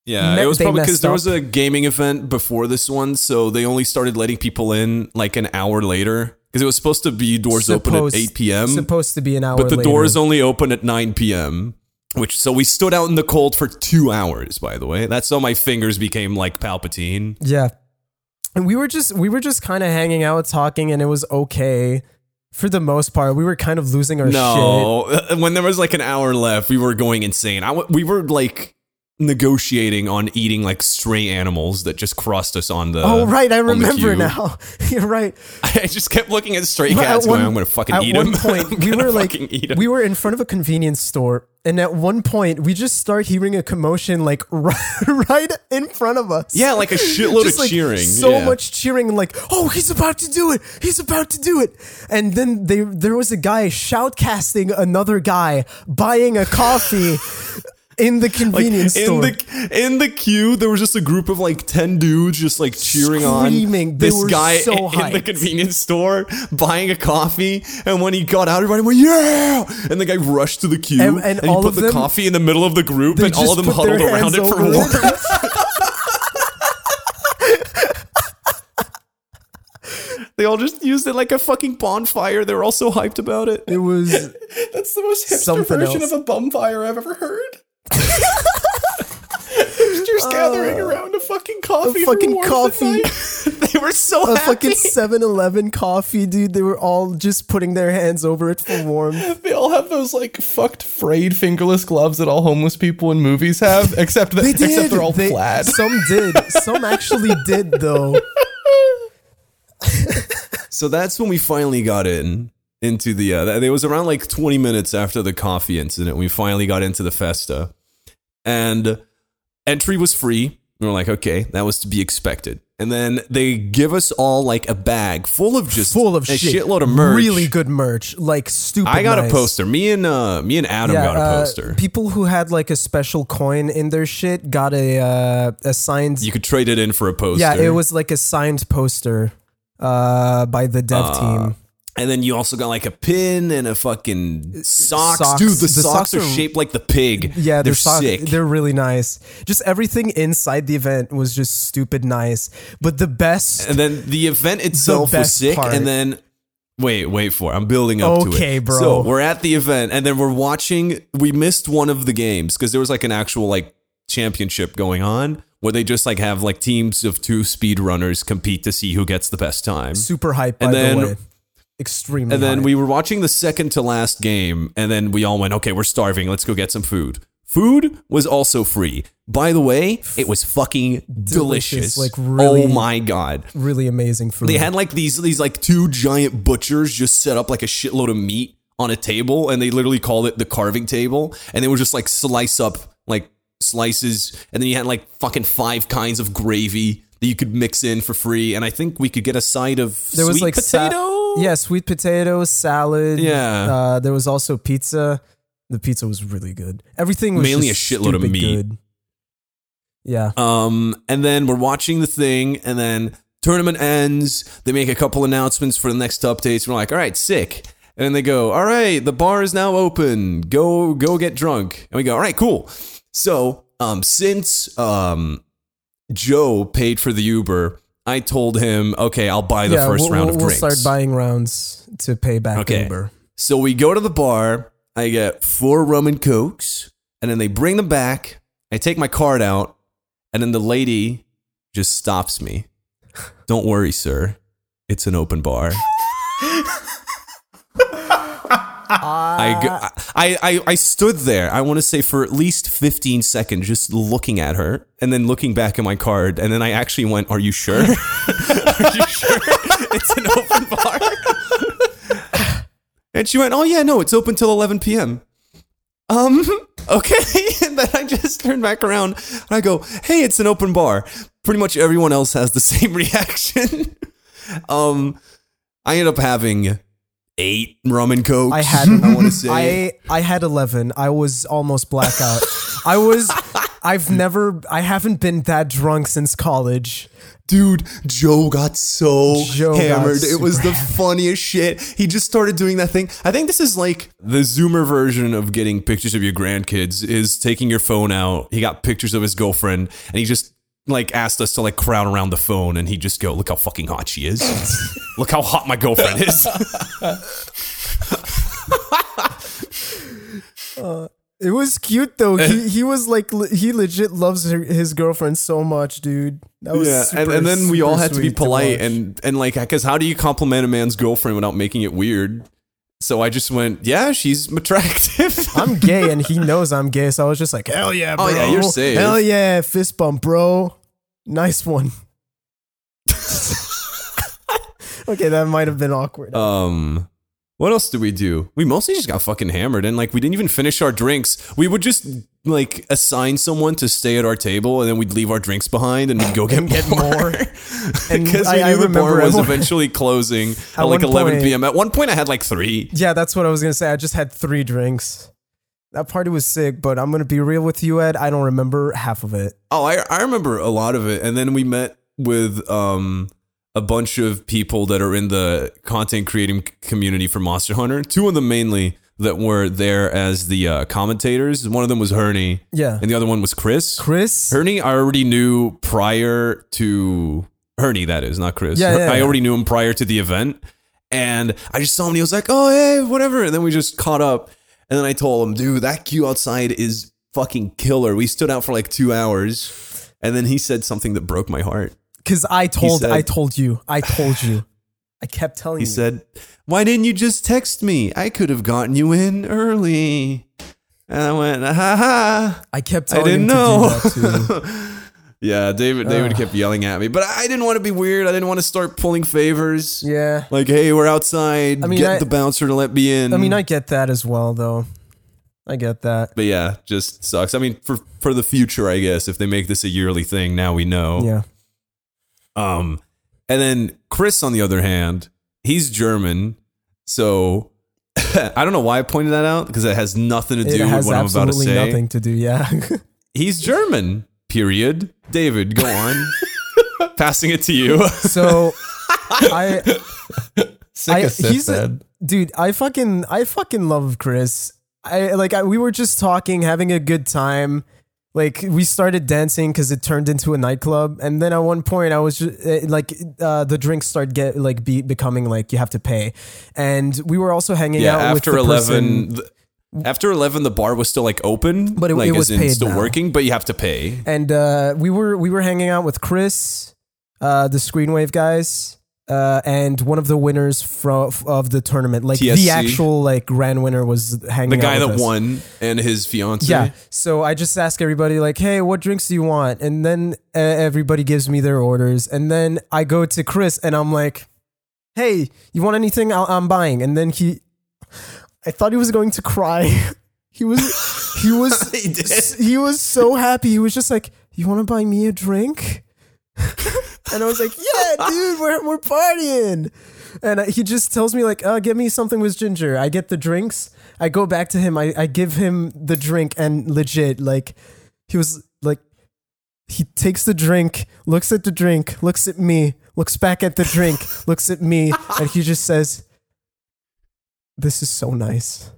Yeah,
Me-
it was
they
probably because
messed
there was
up.
a gaming event before this one, so they only started letting people in like an hour later because it was supposed to be doors open at
Supposed-
eight p.m.
Supposed to be an hour
but the
later.
doors only open at 9 p.m which so we stood out in the cold for two hours by the way that's how my fingers became like palpatine
Yeah. And we were just we were just kind of hanging out talking and it was okay for the most part. We were kind of losing our Oh, shit.
no when there was like an hour left we were going insane I w- we were like negotiating on eating like stray animals that just crossed us on the
Oh right, I
on the
remember
queue.
now. You're right.
i just kept looking at stray
Well, at
cats
one-
going i'm gonna fucking
at
eat
one
them
point we were like
eat 'em."
we were in front of a convenience store and at one point we just start hearing a commotion like right, right in front of us
yeah like a shitload
Just,
of
like,
cheering
so
yeah.
much cheering and like oh he's about to do it he's about to do it and then they there was a guy shoutcasting another guy buying a coffee in the
Like in
convenience store.
the in the queue, there was just a group of like ten dudes just like cheering
Screaming.
on
They
this
were
guy
so
in, in the
hyped.
convenience store buying a coffee. And when he got out, everybody went yeah, and the guy rushed to the queue
And-
and,
and
he
all
put
of
the
them-
coffee in the middle of the group,
They
and all
just
of them
put their
huddled around
hands
it for
over
warmth.
it.
They all just used it like a fucking bonfire. They were all so hyped about it.
It was
That's the most hipster
Something
version
else.
of a bonfire I've ever heard. Hipsters gathering around a fucking coffee.
a
for
Uh, fucking
warmth at
coffee,
night.
They were so
a
happy.
fucking 7-Eleven coffee, dude. They were all just putting their hands over it for warmth.
They all have those like fucked frayed fingerless gloves that all homeless people in movies have, except that
They did.
except they're all
They-
plaid.
Some did. Some actually did though.
So that's when we finally got in into the. Uh, it was around like 20 minutes after the coffee incident. We finally got into the festa, and entry was free. We were like, okay, that was to be expected. And then they give us all like a bag full of just
Full of
a
shit.
shitload of merch.
Really good merch. Like stupid.
I got
nice.
a poster. Me and uh, me and Adam got a
uh,
poster.
people who had like a special coin in their shit got a uh, a signed.
you could trade it in for a poster.
yeah, it was like a signed poster uh, by the dev team.
And then you also got like a pin and a fucking socks.
Socks.
Dude, the,
The
socks,
socks
are,
are-
shaped like the pig.
Yeah,
they're,
their sock-
sick.
They're really nice. Just everything inside the event was just stupid nice. But the best.
and then the event itself was
best
sick
part.
and then wait wait for it. i'm building up to it
Okay, bro.
so we're at the event and then we're watching we missed one of the games because there was like an actual like championship going on where they just like have like teams of two speedrunners compete to see who gets the best time
super hype, by
Mm-hmm. and then-
the way. Extremely.
and then
hype.
we were watching the second to last game, and then we all went, okay, we're starving. Let's go get some food. Food was also free. By the way, it was fucking delicious.
Delicious, like, really-
oh my god.
Really amazing food.
They had like these these like two giant butchers just set up like a shitload of meat on a table, and they literally called it the carving table, and they would just like slice up like slices, and then you had like fucking five kinds of gravy that you could mix in for free, and I think we could get a side of
there
sweet
was like sa-
potato.
yeah, sweet potato salad.
Yeah.
Uh, there was also pizza. The pizza was really good. Everything was
Mainly
just
a shitload of
stupid
meat.
Good. Yeah.
Um, and then we're watching the thing, and then tournament ends. They make a couple announcements for the next updates. We're like, all right, sick. And then they go, all right, the bar is now open. Go, go get drunk. And we go, all right, cool. So, um, since um, Joe paid for the Uber, I told him, okay, I'll buy the
yeah,
1st
we'll,
round
we'll,
of
we'll
drinks.
start buying rounds to pay back
Okay.
Uber.
So we go to the bar. I get four rum and cokes, and then they bring them back. I take my card out, and then the lady just stops me. Don't worry, sir. It's an open bar. I, go, I, I, I stood there, I want to say for at least 15 seconds, just looking at her and then looking back at my card. And then I actually went, Are you sure? Are you sure it's an open bar? And she went, "Oh yeah, no, it's open till 11 p.m." Um, okay. And then I just turned back around and I go, "Hey, it's an open bar." Pretty much everyone else has the same reaction. um, I ended up having eight rum and cokes.
I had
I want to say.
I I had 11. I was almost blackout. I was I've never I haven't been that drunk since college.
Dude, Joe got so
Joe got
hammered. it was
super
the funniest shit. He just started doing that thing. I think this is like the Zoomer version of getting pictures of your grandkids is taking your phone out. He got pictures of his girlfriend and he just like asked us to like crowd around the phone and he'd just go, look how fucking hot she is. look how hot my girlfriend is.
It was cute though. He he was like le- he legit loves her, his girlfriend so much, dude. That was
yeah.
super,
And, and then we all
super
had to be
sweet
polite
watch.
and, and like, cause how do you compliment a man's girlfriend without making it weird? So I just went, yeah, she's attractive.
I'm gay and he knows I'm gay, so I was just like, "Hell yeah, bro.
Oh, yeah, you're safe.
Hell yeah, fist bump, bro. Nice one." okay, that might have been awkward.
Um, what else did we do? We mostly just got fucking hammered, and like we didn't even finish our drinks. We would just like assign someone to stay at our table, and then we'd leave our drinks behind, and we'd go get,
get more.
more.
And
Because
I-
we knew
I
the bar
remember
was
everyone-
eventually closing at,
At
like
one
11
point-
p.m. At one point, I had like three.
yeah, that's what I was gonna say. I just had three drinks. That party was sick, but I'm gonna be real with you, Ed. I don't remember half of it.
Oh, I, I remember a lot of it. And then we met with um, a bunch of people that are in the content creating c- community for Monster Hunter. Two of them mainly that were there as the uh, commentators. One of them was Herney,
Yeah,
and the other one was Chris.
Chris.
Herney, I already knew prior to Herney, that is, not Chris.
Yeah, yeah,
I
yeah.
already knew him prior to the event. And I just saw him and he was like, oh, hey, whatever. And then we just caught up. And then I told him, dude, that queue outside is fucking killer. We stood out for like two hours. And then he said something that broke my heart.
Because I told,
said-
I told you, I told you, I kept telling
He
you.
said, why didn't you just text me? I could have gotten you in early. And I went, ha ha.
I kept
I
telling
didn't
him
know.
to do that too.
yeah, David. David kept yelling at me, but I didn't want to be weird. I didn't want to start pulling favors.
yeah,
Like, hey, we're outside.
I mean,
Get
I-
the bouncer to let me in.
I mean, I get that as well, though. I get that.
But yeah, just sucks. I mean, for for the future, I guess if they make this a yearly thing, now we know.
Yeah,
Um, and then Chris, on the other hand, he's German, so I don't know why I pointed that out because it has nothing to
it
do with
has
what I'm about to
absolutely
say.
nothing to do. Yeah,
He's German. Period. David, go on. Passing it to you.
so I
Sick
I-
as
he's a-
said.
dude i fucking i fucking love chris i like I, we were just talking having a good time like we started dancing because it turned into a nightclub and then at one point i was just, like uh, the drinks start get like be, becoming like you have to pay and we were also hanging
yeah,
out with
after
the
eleven.
person-
th- after eleven, the bar was still like open,
But it-
like
it was
as in
paid
still
now.
working, but you have to pay.
and uh, we were we were hanging out with chris uh, the screenwave guys uh, and one of the winners from of the tournament, like the
TSC.
actual like grand winner, was hanging.
The
out
guy
with
that
us.
won and his fiance.
Yeah. So I just ask everybody like, "Hey, what drinks do you want?" And then uh, everybody gives me their orders, and then I go to Chris and I'm like, "Hey, you want anything? i I'm buying." And then he, I thought he was going to cry. he was, he was,
He did.
s- he was so happy. He was just like, "You want to buy me a drink?" and I was like, "Yeah, dude, we're we're partying." And uh, he just tells me like, "Uh, give me something with ginger." I get the drinks. I go back to him. I, I give him the drink, and legit, like, he was like, he takes the drink, looks at the drink, looks at me, looks back at the drink, looks at me, and he just says, "This is so nice.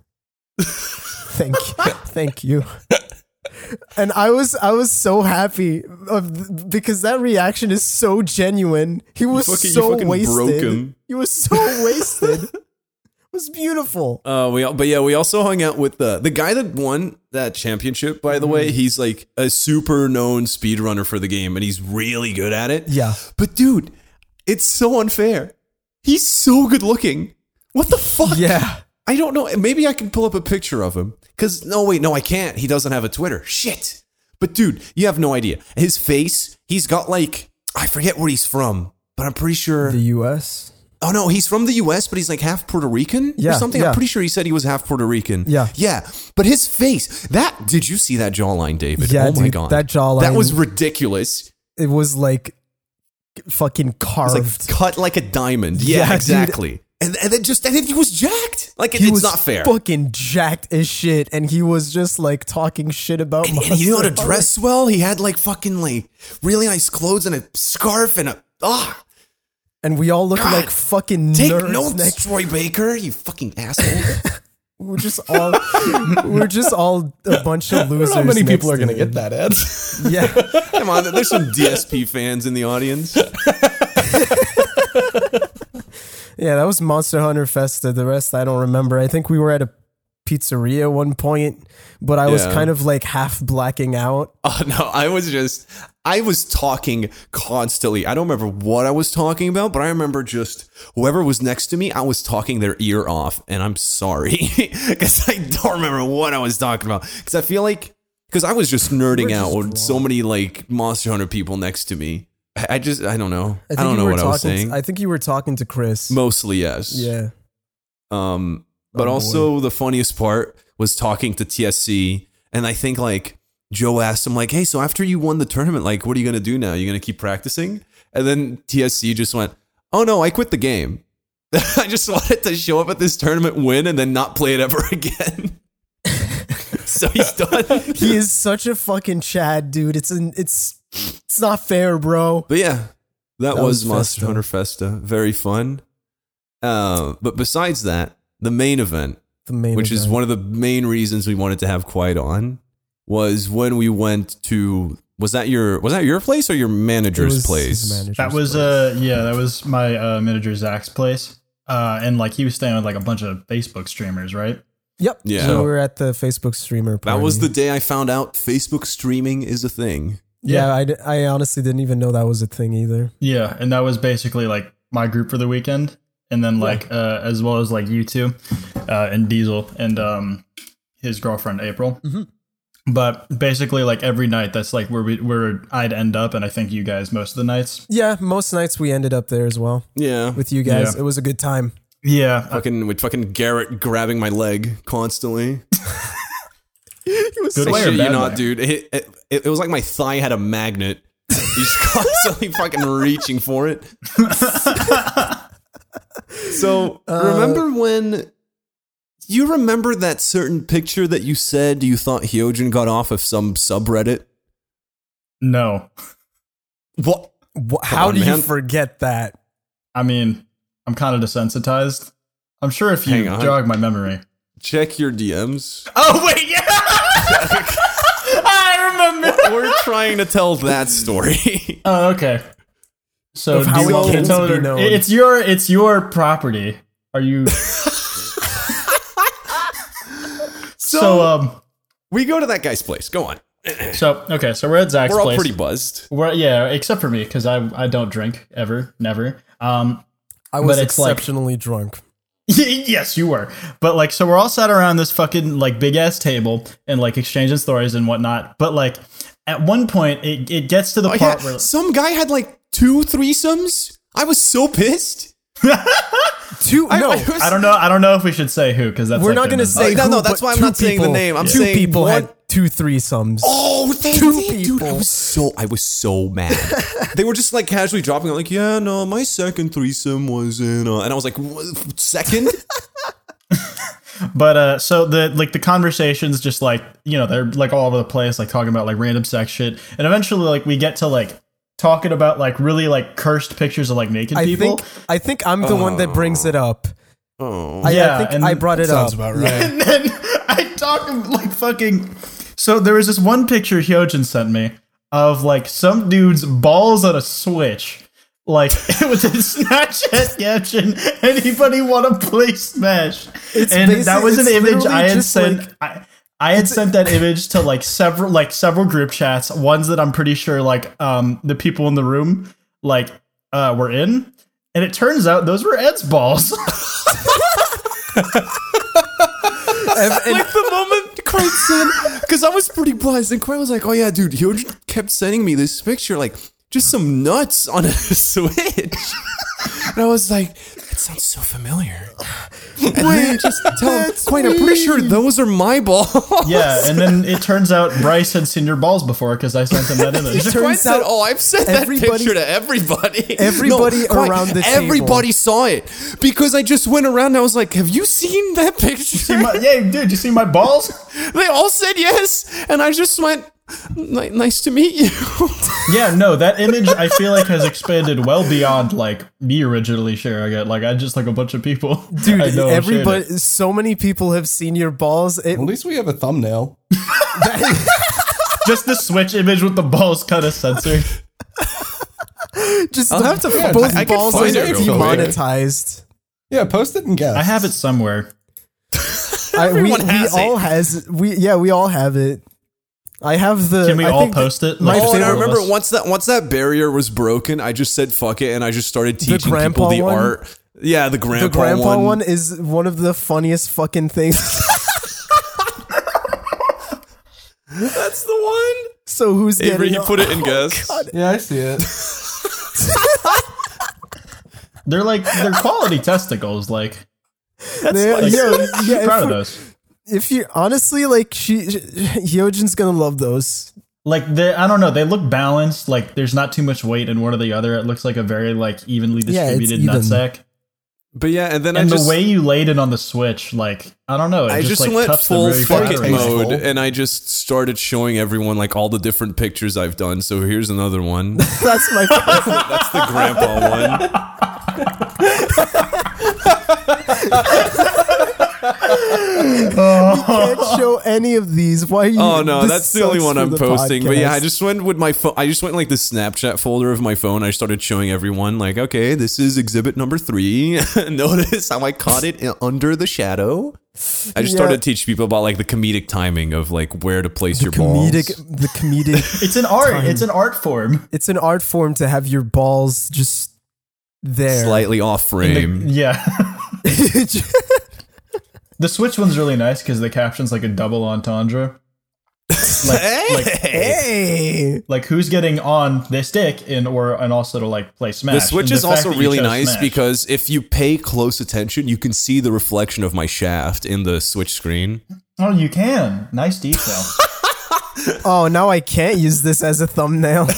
Thank, thank you." And I was I was so happy of, because that reaction is so genuine. He was
fucking- you
so
fucking
wasted.
broke him.
He was so wasted. it was beautiful.
Uh, we al- but yeah, we also hung out with the the guy that won that championship. By the
Mm-hmm.
way, he's like a super known speedrunner for the game, and he's really good at it.
Yeah.
But dude, it's so unfair. He's so good looking. What the fuck?
Yeah.
I don't know. Maybe I can pull up a picture of him. Cause no, wait, no, I can't. He doesn't have a Twitter. Shit. But dude, you have no idea. His face, he's got like I forget where he's from, but I'm pretty sure.
U.S.
oh no, he's from the U.S., but he's like half Puerto Rican
Yeah,
or something.
yeah.
I'm pretty sure he said he was half Puerto Rican.
Yeah.
yeah. But his face, that did you see that jawline, David?
Yeah,
oh my
dude,
god,
that jawline-
that was ridiculous.
It was like fucking carved.
It was like cut like a diamond. Yeah,
Yeah, dude.
exactly. And, and then just and then he was jacked. Like it,
he
it's
was
not fair.
Fucking jacked as shit, and he was just like talking shit about.
and, and he knew how to
Monster
dress well. He had like fucking like really nice clothes and a scarf and a ah.
Hunter. and we all looked
God,
like fucking
Take
nerds.
notes,
next.
Troy Baker. You fucking asshole.
We We're just all, we we're just all a bunch of
I
losers.
don't know how many
next
people are
to
going to
him.
get that, Ed.
Yeah,
Come on, there's some DSP fans in the audience.
yeah, that was Monster Hunter Festa. The rest I don't remember. I think we were at a pizzeria at one point, but I was
Yeah.
kind of like half blacking out.
Oh no, I was just I was talking constantly. I don't remember what I was talking about, but I remember just whoever was next to me, I was talking their ear off, and I'm sorry because I don't remember what I was talking about because I feel like because I was just nerding out with so many like Monster Hunter people next to me. I I just I don't know. I, don't
you
know
were
what I was
talking to-
saying.
I think you were talking to Chris.
Mostly yes.
yeah.
Um, but
Oh,
also the funniest part was talking to TSC, and I think like Joe asked him like, "Hey, so after you won the tournament, like, what are you gonna do now? You gonna keep practicing?" And then TSC just went, "Oh no, I quit the game. I just wanted to show up at this tournament, win, and then not play it ever again." so he's done.
He is such a fucking Chad, dude. It's an, it's it's not fair, bro.
But yeah,
That
that, was,
was
Monster
Festa.
Hunter Festa. Very fun. Uh, but besides that, the main event,
The main
which is
event.
one of the main reasons we wanted to have Quiet on, was when we went to. Was that your was that your place or your
It was
manager's
his
place?
manager's
That was
place.
uh yeah, that was my uh, manager Zach's place. Uh, and like he was staying with like a bunch of Facebook streamers, right?
Yep.
Yeah.
So we were at the Facebook streamer.
That was the
party.
day I found out Facebook streaming is a thing.
yeah. I d I I, honestly didn't even know that was a thing either.
Yeah, and that was basically like my group for the weekend, and then like uh, as well as like you two, uh, and Diesel and um his girlfriend April.
Mhm.
Mm-hmm. But basically, like every night, that's like where we where I'd end up, and I think you guys most of the nights.
Yeah. Most nights we ended up there as well
Yeah.
with you guys.
Yeah.
It was a good time.
Yeah, uh,
fucking with fucking Garrett grabbing my leg constantly.
It was
Good
so-
way or
Shit, you
bad
not,
way?
dude. It, it, it was like my thigh had a magnet. He's constantly fucking reaching for it. so
Uh,
remember when you remember that certain picture that you said you thought Hyojin got off of some subreddit?
no,
What?
Wha- How
on,
do
man.
you forget that?
I mean, I'm kind of desensitized. I'm sure if you
Hang on.
jog my memory.
Check your DMs.
Oh wait, yeah, I remember.
We're trying to tell that story.
Oh, okay. So
Of
do
how
you
it
want me to
came
tell
to be
her-
known.
it's your it's your property. Are you
so
so um
we go to that guy's place. Go on.
so okay so we're at Zach's
We're all
place.
pretty buzzed.
We're- yeah, except for me because I I don't drink ever never. Um
I was
it's like-
exceptionally drunk.
yes, you were. But like, so we're all sat around this fucking like big ass table and like exchanging stories and whatnot. But like, at one point, it, it gets to the
Oh,
part
yeah.
where
Some guy had like two threesomes. I was so pissed.
Two.
I-
no.
I was-
I don't know. I don't know if we should say who because that's
we're
like
not
their
going to
business.
say
no,
who,
no, that's
but
why I'm
two
not saying the
people-
name. I'm
two
saying
people
one-
had two threesomes.
Oh, they
Two
did, dude. I
people.
was so I was so mad. they were just like casually dropping it, like, yeah, no, my second threesome was in, uh, and I was like, "What? second?
But uh, so the like the conversations just like you know they're like all over the place, like talking about like random sex shit, and eventually like we get to like talking about like really like cursed pictures of like naked
I
people.
think I think I'm the one that brings it up.
Oh,
I,
Yeah,
I think
and
I brought it up.
Sounds about right.
and then I talk of, like fucking. So there was this one picture Hyojin sent me of like some dude's balls on a switch. Like it was a Snapchat caption. Anybody want to play Smash? and that was an
basic- it's
image I
literally
had
just,
sent.
like-
I, I had sent that image to like several like several group chats. Ones that I'm pretty sure like um the people in the room like uh were in. And it turns out those were Ed's balls.
And- and
like the moment Craig said, because I was pretty buzzed, and Craig was like, "Oh yeah, dude," he just kept sending me this picture, like just some nuts on a switch, and I was like, "That sounds so familiar." And then I just tell him, "Quite, I'm pretty sure those are my balls."
Yeah, and then it turns out Bryce had seen your balls before because I sent him that image.
turns
Quite said,
out
"Oh, I've sent that
everybody-
picture to everybody.
everybody
Quite,
around the table.
everybody saw it because I just went around. and I was like, "Have you seen that picture?"
See my- yeah, dude, you see my balls?
they all said yes, and I just went, "Ni- "Nice to meet you."
Yeah, no, that image I feel like has expanded well beyond like me originally sharing it. Like I just like a bunch of people.
Dude,
I know shared
everybody,
it.
so many people have seen your balls. It,
At least we have a thumbnail.
just the switch image with the balls kind of censored.
just
I'll
the-
have to find-
both
I- I can
balls are
find it real quick.
demonetized.
Yeah, post it and guess.
I have it somewhere.
I, we
Everyone
we
has it.
all has we yeah we all have it. I have the.
Can we
I
all
think
post it?
my
Like,
Oh, and I
all of
remember
us.
once that once that barrier was broken, I just said fuck it, and I just started teaching people
grandpa
the
one?
art. Yeah, the grandpa,
The grandpa
one.
one. is one of the funniest fucking things.
That's the one.
so who's
Avery,
getting
he put it in guess.
yeah, I see it.
They're like they're quality testicles. Like,
They're-
like
yeah, yeah,
proud
if-
of those.
if you honestly like she, Hyojin's gonna love those.
Like they, I don't know. They look balanced. Like there's not too much weight in one or the other. It looks like a very like evenly
Yeah, it's
distributed
even.
nutsack.
But yeah, and then
and
I
the
just,
way you laid it on the Switch, like I don't know, it
I just,
just, like,
went
cups the
full
very
fuck it
battery.
mode.
mode, and I just started showing everyone like all the different pictures I've done. So here's another one.
That's my
That's the grandpa one.
can't show any of these. Why are you?
Oh no,
this
that's the only
sucks
one
for
I'm
the
posting. But yeah, I
podcast.
just went with my phone. I just went like the Snapchat folder of my phone. I started showing everyone like, okay, this is exhibit number three. Notice how I caught it in- under the shadow. I just
Yeah.
started to teach people about like the comedic timing of like where to place your
comedic.
balls.
The comedic.
It's an art. It's an art form.
it's an art form to have your balls just there.
Slightly off frame.
Yeah, the Switch one's really nice because the caption's like a double entendre. Like, like,
hey,
like who's getting on this dick in or and also to like play Smash.
The
And
Switch is
fact
also
that you
really
chose
nice
Smash-
because if you pay close attention, you can see the reflection of my shaft in the Switch screen.
oh, you can nice detail.
oh now I can't use this as a thumbnail.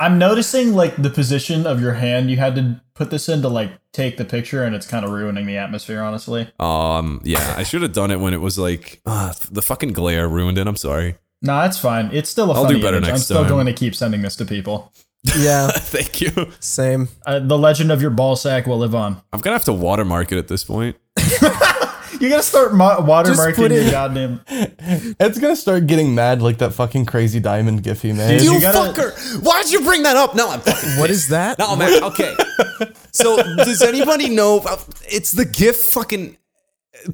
I'm noticing like the position of your hand. You had to put this in to like take the picture, and it's kind of ruining the atmosphere. Honestly,
Um, yeah, I should have done it when it was like uh, the fucking glare ruined it. I'm sorry.
no, that's fine. It's still a
I'll
funny
do better
image. I'm
next
still
time.
going to keep sending this to people.
yeah,
Thank you.
same.
Uh, the legend of your ball sack will live on.
I'm gonna have to watermark it at this point.
You gotta start mo-
Just put
watermarking
it-
your goddamn.
Ed's gonna start getting mad like that fucking crazy diamond Giphy man.
Dude. You
You
gotta-
fucker! Why'd you bring that up? No, I'm fucking.
What is that?
No, Oh, man. Okay. So does anybody know? It's the GIF fucking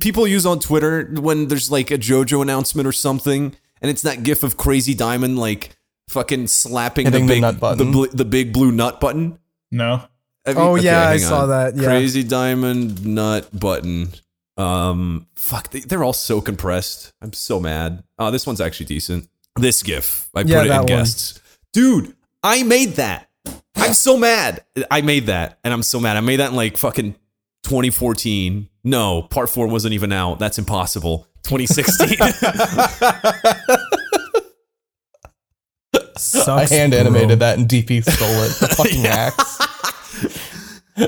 people use on Twitter when there's like a JoJo announcement or something, and it's that GIF of Crazy Diamond like fucking slapping the
Hitting
big
the nut button.
The, bl- the big blue nut button.
No,
Have
Oh, yeah, I
hang
saw that, yeah.
crazy diamond nut button. Um, fuck, they, they're all so compressed. I'm so mad. Oh, this one's actually decent. This GIF, I
Yeah,
put it
that
in
one.
guests. Dude, I made that. I'm so mad. I made that, and I'm so mad. I made that in like fucking 2014. No, part four wasn't even out. That's impossible. 2016.
I
Sucks,
hand
bro.
animated that and DP stole it. The fucking hacks.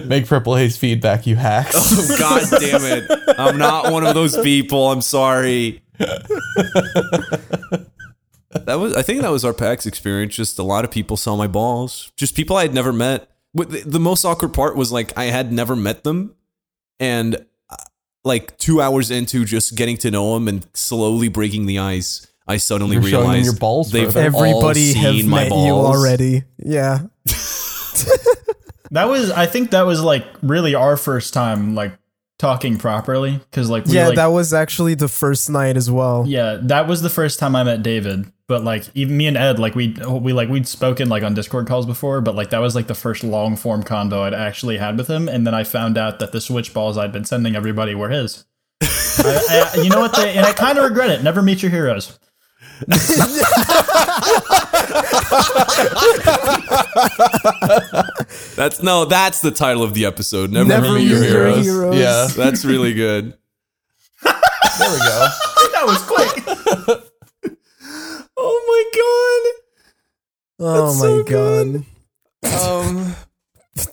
Make Purple Haze feedback, you hacks.
Oh, God damn it. I'm not one of those people. I'm sorry. that was I think that was our PAX experience. Just a lot of people saw my balls. Just people I had never met. What the, the most awkward part was like I had never met them and uh, like 2 hours into just getting to know them and slowly breaking the ice, I suddenly
You're showing them
realized
your balls
they've
photo.
all
Everybody
seen
have
my
met
balls.
you already. Yeah,
that was. I think that was like really our first time like talking properly because like we,
yeah.
like,
that was actually the first night as well.
yeah that was the first time I met David. But like even me and Ed, like we we like we'd spoken like on Discord calls before, but like that was like the first long form convo I'd actually had with him, and then I found out that the switch balls I'd been sending everybody were his. I, I, you know what? They, and I kind of regret it. Never meet your heroes.
That's no, that's the title of the episode. Never,
Never
meet your
meet your
heroes.
heroes.
Yeah,
That's really good.
there we go.
That was quick.
Oh my god.
Oh
That's
my
so
god.
good. Um,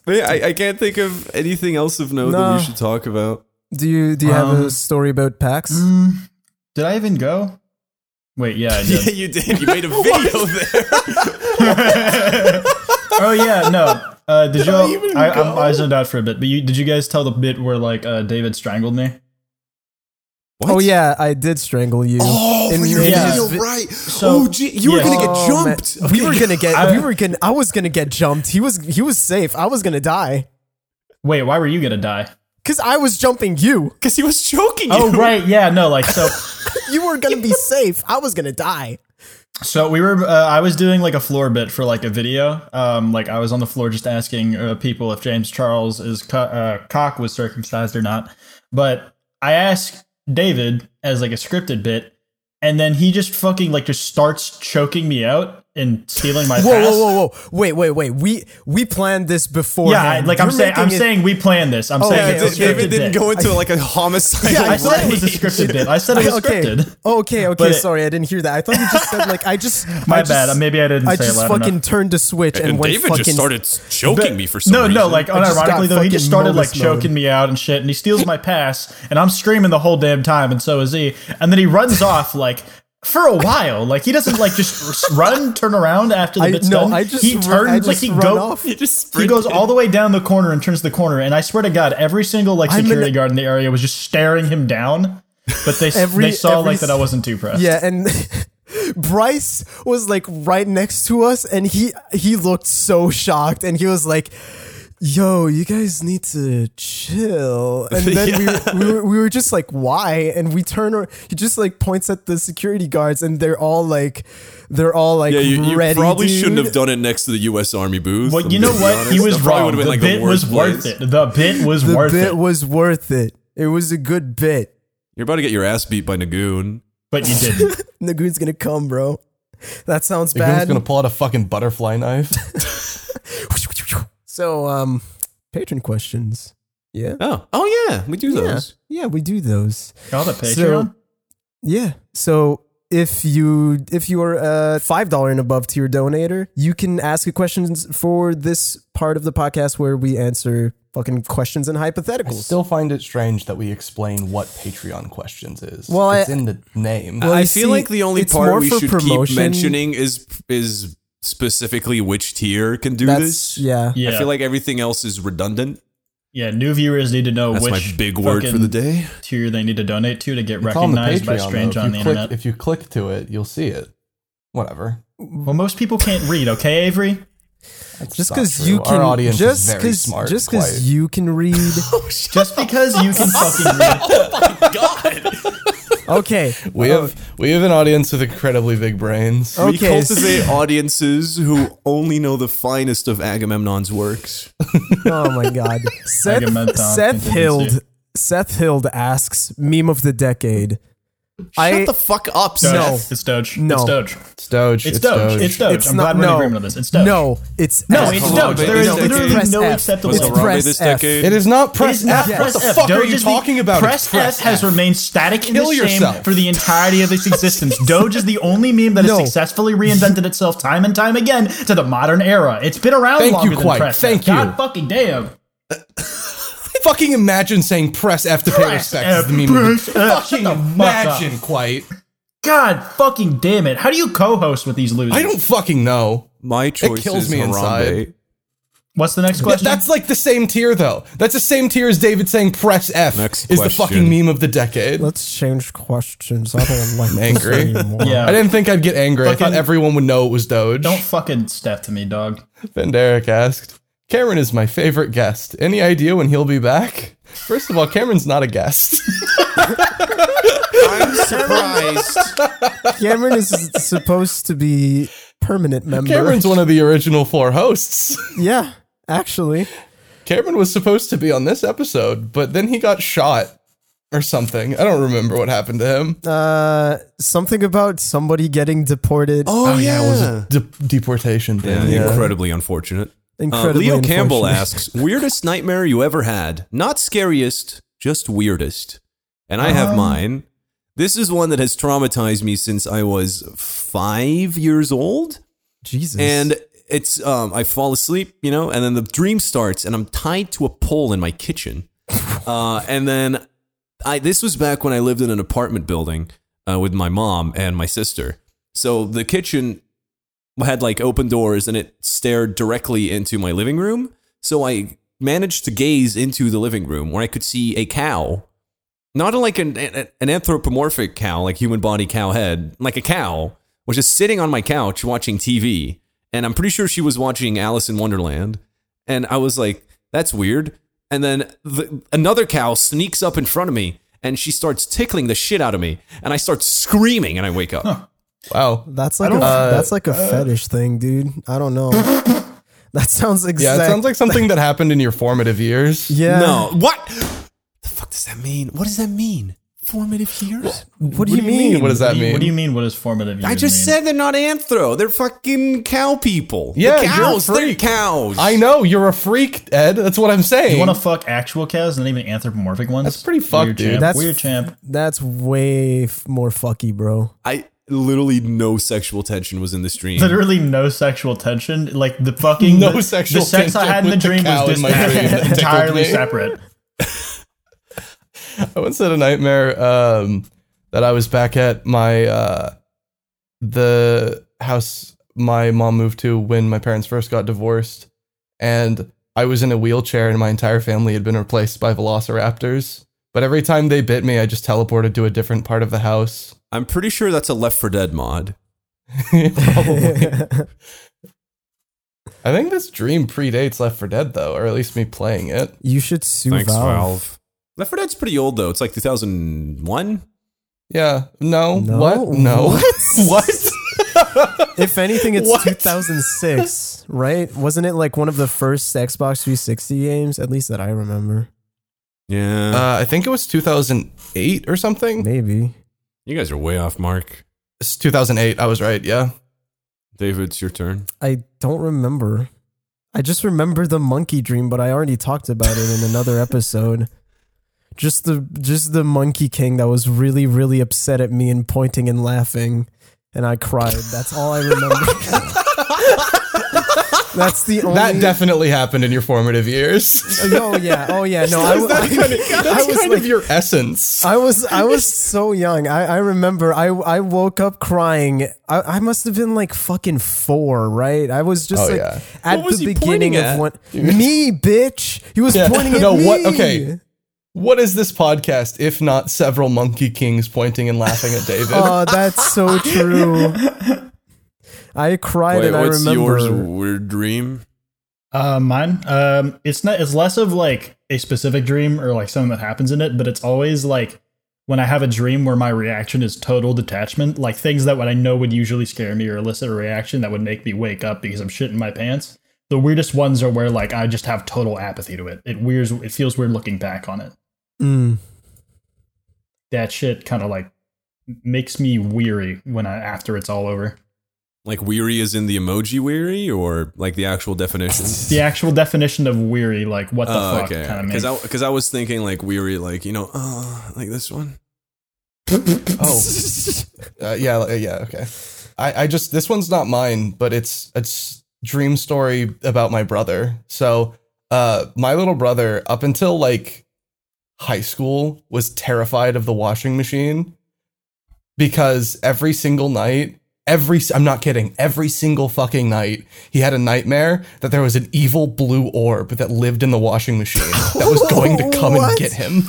but yeah, I, I can't think of anything else of note that
No.
we should talk about.
Do you do you have a
Um, Mm.
story about PAX?
Did I even go? Wait, yeah, I did.
Yeah, you did. You made a video there.
oh yeah, no. Uh, did you? I, I'm, I zoned out for a bit. But you, did you guys tell the bit where like uh, David strangled me?
Oh yeah, I did strangle you. In- in
yeah.
his vi-
right.
So-
you
yes.
Oh, gonna
Oh, man. We were gonna get.
I-
we were gonna. I was gonna get jumped. He was. He was safe. I was gonna die
Wait, why were you gonna die?
because I was jumping you.
because he was choking
Oh
you.
right, yeah, no, like so.
You were gonna be safe. I was gonna die.
So we were. Uh, I was doing like a floor bit for like a video. Um, like I was on the floor just asking uh, people if James Charles is co- uh, cock was circumcised or not. But I asked David as like a scripted bit, and then he just fucking like just starts choking me out. in stealing my
Whoa,
past.
whoa, whoa, whoa! Wait, wait, wait! We we planned this before.
Yeah, I, like I'm saying, I'm saying we planned this. I'm saying
Oh, okay,
it's
okay.
scripted.
David didn't
bit.
go into like a homicidal
Yeah,
I
I
said it was a
right.
scripted bit. I said it was
okay, Oh,
scripted.
okay, okay.
But it-
sorry, I didn't hear that. I thought you just said like I just.
My
I just-
bad. Maybe I didn't
I
say
just
it loud
fucking
enough.
turned a switch and,
and
went
David
fucking.
just started choking me for some
No,
reason.
no, like
just got
unironically though, he just
fucking
started like
modus mode.
choking me out and shit, and he steals my pass, and I'm screaming the whole damn time, and so is he, and then he runs off like for a while, like he doesn't like just run, turn around after the
I,
bit's
no,
done.
I just
he
run-
turns
I just
like he
run
go,
off.
He just
He goes all the way down the corner and turns the corner, and I swear to God, every single like
I'm
security
an-
guard in the area was just staring him down. But they
Every-
they saw
every
like that I
s-
wasn't too pressed.
Yeah, and Bryce was like right next to us, and he he looked so shocked, and he was like. Yo, you guys need to chill. And then we, we, were, we were just like, why? And we turn, or he just like points at the security guards, and they're all like, they're all like,
Yeah, you, you
ready.
probably
dude.
shouldn't have done it next to the U.S. Army booth.
Well,
I'm
you know
gonna be
what?
honest.
He was
That probably
wrong.
would've
The
been, like,
bit was
worst
worth
place.
it. The bit was
The
worth
bit
it.
was worth it. It was a good bit.
You're about to get your ass beat by Nagoon.
But you didn't.
Nagoon's gonna come, bro. That sounds
Nagoon's
bad.
gonna pull out a fucking butterfly knife.
So, um, patron questions. Yeah.
Oh, oh yeah, we do
Yeah.
those.
Yeah, we do those.
Call the Patreon.
So- Yeah. So if you if you are a five dollar and above tier donator, you can ask a questions for this part of the podcast where we answer fucking questions and
I
hypotheticals.
still find it strange that we explain what Patreon questions is.
Well,
it's
I-
in the name.
Well,
I
you
feel
see,
like the only
it's more
part we
for
should
promotion.
keep mentioning is is specifically which tier can do
That's
this.
yeah.
yeah.
I feel like everything else is redundant.
yeah, new viewers need to know
That's
which
my big word for
fucking
the day.
tier they need to donate to to get
It's on the
recognized by
Patreon,
strange
though. If
on
you
the
click,
internet.
If you click to it, you'll see it. Whatever.
well, most people can't read. Okay, Avery.
That's
Just
not
because
true.
you can,
our audience
just
is very
cause,
smart.
just
quite.
because you can read.
Just because you can fucking read.
okay,
we have we have an audience with incredibly big brains.
Oh.
We
Okay.
cultivate audiences who only know the finest of Agamemnon's works.
Oh my god.
Agamemnon
Seth, Seth
contingency.
Hild Seth Hild asks meme of the decade. I
Shut the fuck up,
No.
Seth.
It's Doge.
No.
It's Doge.
It's Doge.
It's Doge. It's Doge. I'm glad we're in agreement on this. It's Doge.
No, it's
No,
F.
it's
Come
Doge.
on,
There
baby.
is
No, it's
literally
press
no
F.
acceptable.
Was
It's
answer.
Harambe
press
this
F.
decade?
It is not
It
press
is not
F.
press
what the
F.
fuck are
Doge
you
is the-
talking about?
Press,
It's press
F has remained static in
Kill
this game
yourself.
for the entirety of its existence. Doge is the only meme that has
No.
successfully reinvented itself time and time again to the modern era. It's been around
Thank you,
longer than
Quite.
press. F.
Thank you.
God fucking damn.
Fucking imagine saying press F to pay
Press
respect
F.
is the meme. of
Press
the-
F. Shut
Fucking
the fuck up.
imagine quite.
God fucking damn it. How do you co-host with these losers?
I don't fucking know.
My choice
kills
is
me
Harambe.
inside.
What's the next
Th-
question?
That's like the same tier though. That's the same tier as David saying press F
Next
is the
question.
fucking meme of the decade.
Let's change questions. I don't like this
Angry.
anymore.
Yeah.
I didn't think I'd get angry. I thought
Fucking-
everyone would know it was Doge.
Don't fucking step to me, dog.
Van Derek asked, Cameron is my favorite guest. Any idea when he'll be back? First of all, Cameron's not a guest.
I'm surprised.
Cameron is supposed to be permanent member.
Cameron's one of the original four hosts.
yeah, actually.
Cameron was supposed to be on this episode, but then he got shot or something. I don't remember what happened to him.
Uh something about somebody getting deported.
oh,
it was a de- deportation
Yeah,
thing. Yeah.
incredibly unfortunate. Uh,
Incredibly
Leo Campbell
unfortunate.
asks, weirdest nightmare you ever had? Not scariest, just weirdest. And I
Um,
have mine. This is one that has traumatized me since I was five years old.
Jesus.
And it's um, I fall asleep, you know, and then the dream starts, and I'm tied to a pole in my kitchen. Uh, and then I this was back when I lived in an apartment building uh, with my mom and my sister. So the kitchen had like open doors, and it stared directly into my living room. So I managed to gaze into the living room where I could see a cow. Not like an, an an anthropomorphic cow, like human body cow head, like a cow, was just sitting on my couch watching TV. And I'm pretty sure she was watching Alice in Wonderland. And I was like, that's weird. And then the, another cow sneaks up in front of me and she starts tickling the shit out of me. And I start screaming and I wake up.
Wow.
that's like a,
uh,
that's like a fetish thing, dude. I don't know. that sounds
Yeah,
exact.
it sounds like something that happened in your formative years.
yeah.
No. What? The fuck does that mean? What does that mean? formative years?
What do you mean?
What does that mean?
What do you mean? What is formative?
I
years
just
mean?
said they're not anthro. They're fucking cow people. The
Yeah, you're a
cows. They're
freak.
cows.
I know you're a freak, Ed. That's what I'm saying.
You want to fuck actual cows, not even anthropomorphic ones?
That's pretty fucked,
Weird
dude.
Champ.
That's-
Weird champ.
That's way f- more fucky, bro.
I literally no sexual tension was in this dream.
Literally no sexual tension. Like the fucking
No
the,
sexual
The sex I
tension
had in the
with the
dream
cow
was
in my dream that
dis-
tickled
entirely
me.
separate.
I once had a nightmare um, that I was back at my uh, the house my mom moved to when my parents first got divorced, and I was in a wheelchair and my entire family had been replaced by velociraptors. But every time they bit me, I just teleported to a different part of the house.
I'm pretty sure that's a Left for Dead mod.
Oh,
Probably. I think this dream predates Left 4 Dead though, or at least me playing it.
You should sue
Thanks,
Valve.
Valve. Left 4 Dead's pretty old though. It's like 2001.
Yeah. No.
No?
What? No.
What?
what?
If anything, it's
What?
2006, right? Wasn't it like one of the first Xbox 360 games, at least that I remember?
Yeah,
Uh, I think it was 2008 or something.
Maybe.
you guys are way off mark.
It's 2008. I was right. Yeah.
David, it's your turn.
I don't remember. I just remember the monkey dream, but I already talked about it in another episode. Just the just the monkey king that was really really upset at me and pointing and laughing, and I cried. That's all I remember. That's the only.
That definitely happened in your formative years.
oh yeah, oh yeah. No, I,
That's
w-
kind of, that's
was
kind
like-
of your essence.
I was I was so young. I, I remember I I woke up crying. I, I must have been like fucking four, right? I was just
Oh,
like
yeah.
at
What was
the
he
beginning
pointing
of
at?
one me, bitch. He was
Yeah.
pointing at
No,
me.
what- okay. What is this podcast if not several monkey kings pointing and laughing at David?
Oh, that's so true. I cried
Wait,
and I
what's
remember.
yours weird dream?
Uh, mine. Um, it's not. It's less of like a specific dream or like something that happens in it, but it's always like when I have a dream where my reaction is total detachment, like things that what I know would usually scare me or elicit a reaction that would make me wake up because I'm shitting my pants. The weirdest ones are where like I just have total apathy to it. It weirds. It feels weird looking back on it.
Mm.
That shit kind of like makes me weary when I after it's all over.
Like weary is in the emoji weary, or like the actual definition?
The actual definition of weary, like what the
Oh,
fuck, kind
okay.
of makes.
Because I, 'cause I was thinking like weary, like you know, uh, like this one.
Oh, uh, yeah, uh, yeah, okay. I, I just this one's not mine, but it's it's dream story about my brother. So, uh, my little brother up until like high school was terrified of the washing machine because every single night, every s- I'm not kidding, every single fucking night, he had a nightmare that there was an evil blue orb that lived in the washing machine that was going to come and
What?
get him.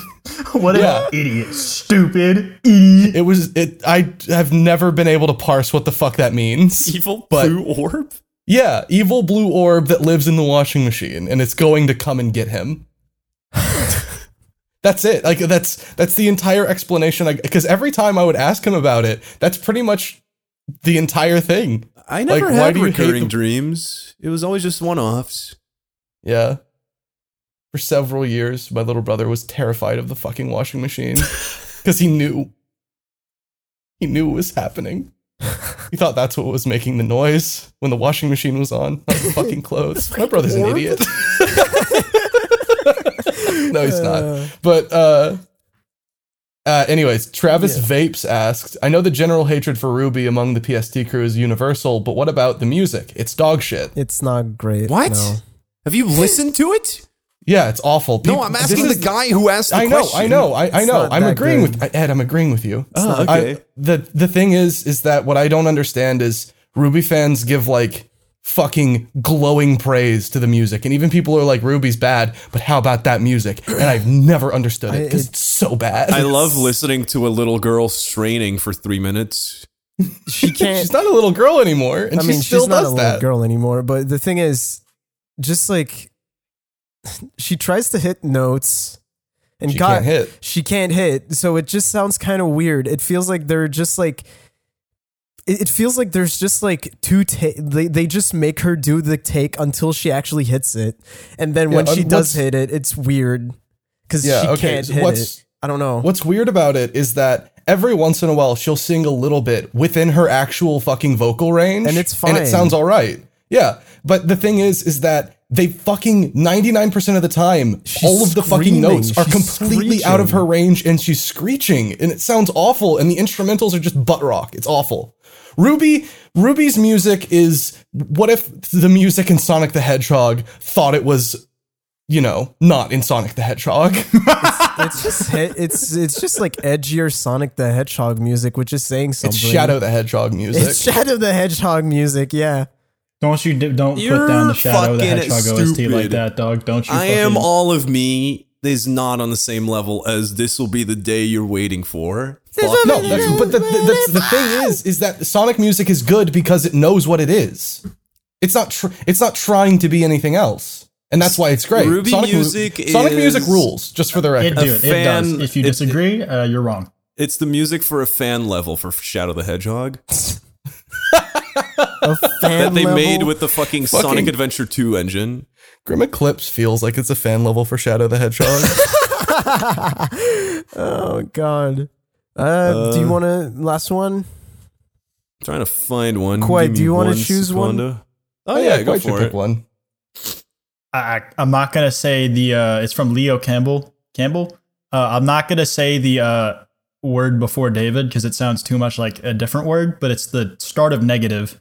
what
Yeah.
an idiot, stupid idiot.
It was it. I have never been able to parse what the fuck that means.
Evil
But-
blue orb.
Yeah, evil blue orb that lives in the washing machine, and it's going to come and get him. that's it. Like that's that's the entire explanation. Because every time I would ask him about it, that's pretty much the entire thing.
I never
why
had
do you hate
recurring
the-
dreams. It was always just one offs.
Yeah. For several years, my little brother was terrified of the fucking washing machine because he knew. He knew what was happening. He thought that's what was making the noise when the washing machine was on. Not the fucking clothes. My brother's an idiot. no, he's
Uh.
not. But uh, uh, anyways, Travis Vapes asked, "I know the general hatred for Ruby among the PST crew is universal, but what about the music? It's dog shit.
It's not great.
What?
no.
Have you listened to it?
Yeah, it's awful.
No,
Peop-
I'm
this
asking the
is-
guy who asked the
I know,
question.
I know, I, I
It's
know.
not
I'm
that
agreeing
good.
with Ed. I'm agreeing with you.
Oh,
I-
okay.
the the thing is, is that what I don't understand is Ruby fans give like fucking glowing praise to the music, and even people are like, "Ruby's bad," but how about that music? And I've never understood it because
I-
it's so bad.
I love listening to a little girl straining for three minutes.
She can't.
she's not a little girl anymore, and
I
she
mean,
still
she's not a
does
little
that.
girl anymore. But the thing is, just like she tries to hit notes, and
She
God,
can't hit.
she can't hit. So it just sounds kind of weird. It feels like they're just like. It it feels like there's just like two. Ta- they they just make her do the take until she actually hits it, and then
Yeah,
when
um,
she does
what's-
hit it, it's weird because
Yeah.
she
okay.
can't
so
hit
what's
it. I don't know.
What's weird about it is that every once in a while she'll sing a little bit within her actual fucking vocal range.
And it's
And
fine.
it sounds all right. Yeah. But the thing is, is that they fucking 99% of the time,
She's
all of the fucking
screaming.
notes are
She's
completely out of
screeching.
her range and she's screeching and it sounds awful and the instrumentals are just butt rock. It's awful. Ruby Ruby's music is what if the music in Sonic the Hedgehog thought it was you know, not in Sonic the Hedgehog.
It's just he- it's it's just like edgier Sonic the Hedgehog music, which is saying something.
It's Shadow the Hedgehog music.
It's Shadow the Hedgehog music. Yeah.
Don't you d- don't
You're
put down the shadow of the
fucking
hedgehog OST
stupid.
like that, dog. Don't you?
I am
fucking-
all of me is not on the same level as this will be the day you're waiting for. Fuck
No,
you.
that's, but the, the, the, the thing is, is that Sonic music is good because it knows what it is. It's not. Tr- it's not trying to be anything else, and that's why it's great.
Ruby
Sonic mu-
music
Sonic
is-
music rules. Just for the
It,
record,
do, it does.
fan-
If you
it-
disagree, uh, you're wrong.
it's the music for a fan level for Shadow the Hedgehog
A
that
fan
they
level.
made with the fucking,
Fucking-
Sonic Adventure 2 engine.
Grim Eclipse feels like it's a fan level for Shadow the Hedgehog.
oh God. Uh, do you want to last one?
trying to find one.
Quite,
Give
do
me
you wanna
one
choose one?
secondo. Oh, yeah, go
quite should
for
pick
it.
one.
I, I, I'm not gonna say the. Uh, it's from Leo Campbell. Campbell. Uh, I'm not gonna say the uh, word before David because it sounds too much like a different word. But it's the start of negative.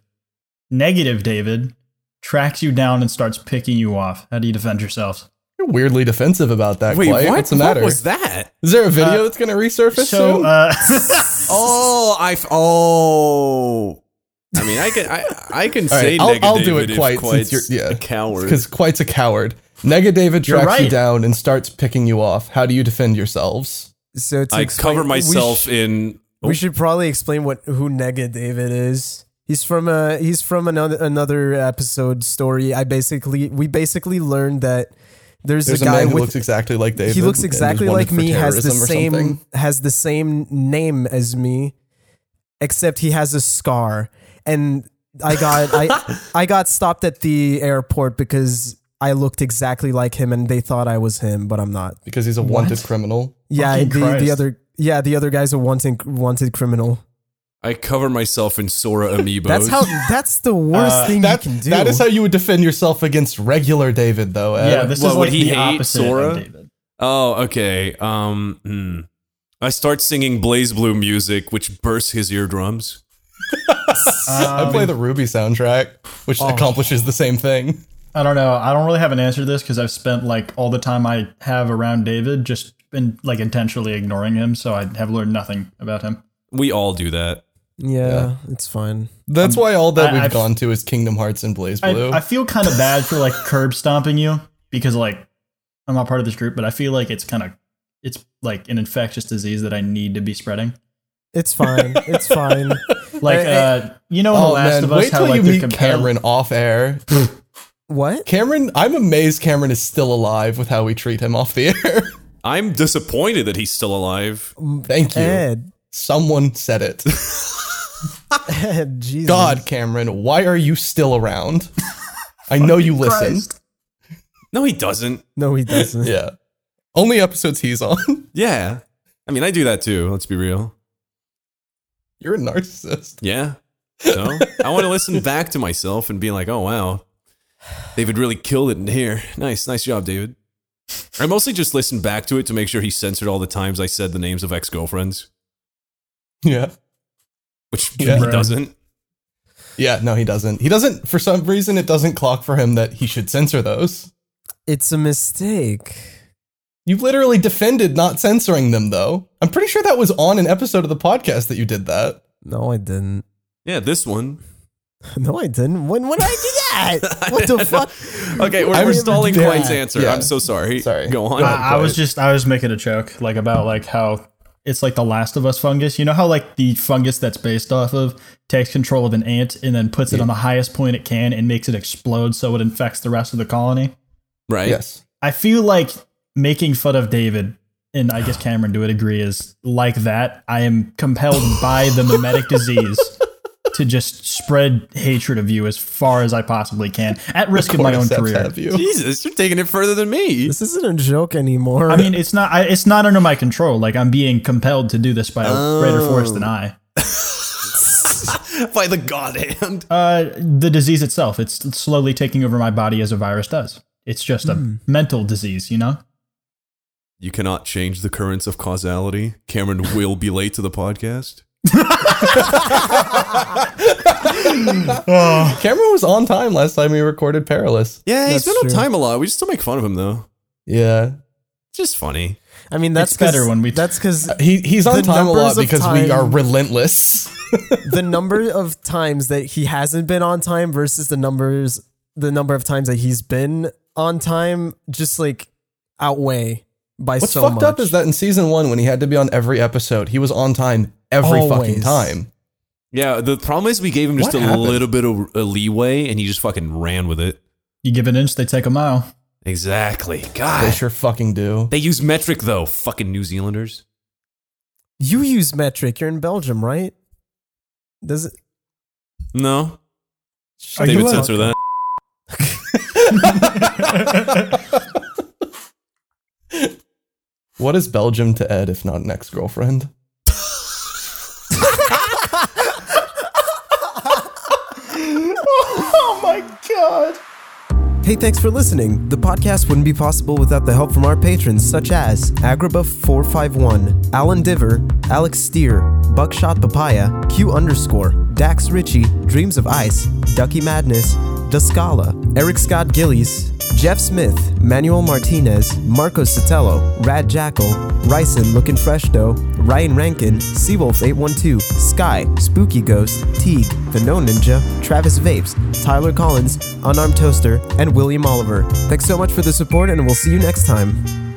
Negative David tracks you down and starts picking you off. How do you defend yourself?
You're weirdly defensive about that.
Wait,
Quiet.
what?
What's the matter?
What was uh, that?
Is there a video that's going to resurface
So
soon?
uh,
Oh, I. F- oh. I mean, I can I, I can
All
say
right, I'll-
negative
I'll do it
if
quite, since
Quite's
you're- yeah,
a coward.
because Quite's a coward. Nega David
You're
tracks you
right.
down and starts picking you off. How do you defend yourselves?
So to
I
explain-
cover
we
myself
sh-
in.
We should probably explain what who Nega David is. He's from a he's from another another episode story. I basically we basically learned that there's,
There's
a
a,
guy
man who
with
looks exactly like David.
he looks
and is
exactly
wanted
like
for
me has the
terrorism or
same
something.
has the same name as me except he has a scar and i got i i got stopped at the airport because i looked exactly like him and they thought i was him but i'm not
because he's a wanted criminal.
yeah
Fucking
the, the
Christ.
other yeah the other guy's a wanted wanted criminal
I cover myself in Sora amiibos.
that's how that's the worst thing
Oh. Uh, That,
you can do
that is how you would defend yourself against regular David, though. Ed.
yeah, this
What,
is
would
like
he
the
hate
opposite
Sora?
of David.
Oh, okay. Um, hmm. I start singing Blaze Blue music, which bursts his eardrums.
I play the Ruby soundtrack, which
Oh.
accomplishes the same thing.
I don't know. I don't really have an answer to this because I've spent like all the time I have around David just been like intentionally ignoring him, so I have learned nothing about him.
We all do that.
yeah, it's fine
That's why all that
I-
we've
I've-
gone to is Kingdom Hearts and Blaze
I,
Blue.
I feel kind of bad for like curb stomping you because like I'm not part of this group, but I feel like it's kind of it's like an infectious disease that I need to be spreading.
it's fine it's fine
Like
Hey,
uh, you know, in The
oh
Last
man,
of Us,
wait
how
till
like
you
the
meet
compare-
Cameron off air.
what
Cameron, I'm amazed Cameron is still alive with how we treat him off the air.
I'm disappointed that he's still alive.
Thank you.
ed
Someone said it.
ed jesus
God, Cameron, why are you still around? I know you listen.
No, he doesn't.
no he doesn't
Yeah. Only episodes he's on.
Yeah. I mean, I do that too. Let's be real.
You're a narcissist.
Yeah. So I want to listen back to myself and be like, oh, wow. David really killed it in here. Nice. Nice job, David. I mostly just listen back to it to make sure he censored all the times I said the names of ex girlfriends,
Yeah.
which
Yeah.
he
Right.
doesn't.
Yeah, no, he doesn't. He doesn't, for some reason, it doesn't clock for him that he should censor those.
It's a mistake.
You've literally defended not censoring them, though. I'm pretty sure that was on an episode of the podcast that you did that.
No, I didn't.
Yeah, this one.
No, I didn't. When when I do that? What the fuck?
Okay, we're,
I'm
we're stalling
very-
Quaid's answer.
yeah.
I'm so sorry.
Sorry.
Go on.
Go ahead.
I, I was just I was making a joke like about like how it's like the Last of Us fungus. You know how like the fungus that's based off of takes control of an ant and then puts it on the highest point it can and makes it explode so it infects the rest of the colony.
Right.
Yes.
I feel like making fun of David and I guess Cameron to a degree is like that. I am compelled by the mimetic disease to just spread hatred of you as far as I possibly can, at risk of my own
Cordyceps
career.
have you.
Jesus, you're taking it further than me.
This isn't a joke anymore.
I mean, it's not I, it's not under my control. Like I'm being compelled to do this by a greater force than I.
By the god hand.
Uh, the disease itself, it's slowly taking over my body as a virus does. It's just a mental disease, you know.
You cannot change the currents of causality. Cameron will be late to the podcast.
Cameron was on time last time we recorded Perilous.
Yeah, he's been
That's
on
true.
time a lot. We still make fun of him though.
Yeah.
It's just funny.
I mean that's
It's better
'cause-
when we-
That's because
He he's on
The
time a lot
numbers of
because
time-
we are relentless.
the number of times that he hasn't been on time versus the numbers the number of times that he's been on time just like outweigh by
What's
so
fucked
much.
up is that in season one, when he had to be on every episode, he was on time every fucking
Always.
time.
Yeah, the problem is we gave him just
What
a
happened?
little bit of a leeway, and he just fucking ran with it.
You give an inch, they take a mile.
Exactly.
They
God,
sure fucking do.
they use metric though. Fucking New Zealanders.
you use metric. You're in Belgium, right? Does it?
No,
Are
they
you
would
a-
censor that.
What is Belgium to Ed if not an ex girlfriend?
Hey, thanks for listening. The podcast wouldn't be possible without the help from our patrons such as Agraba451, Alan Diver, Alex Steer, Buckshot Papaya, Q underscore, Dax Ritchie, Dreams of Ice, Ducky Madness, Dascala, Eric Scott Gillies, Jeff Smith, Manuel Martinez, Marco Sotelo, Rad Jackal, Ryson Looking Fresh Dough, Ryan Rankin, Seawolf812, Sky, Spooky Ghost, Teague, The No Ninja, Travis Vapes, Tyler Collins, Unarmed Toaster, and William Oliver. Thanks so much for the support, and we'll see you next time.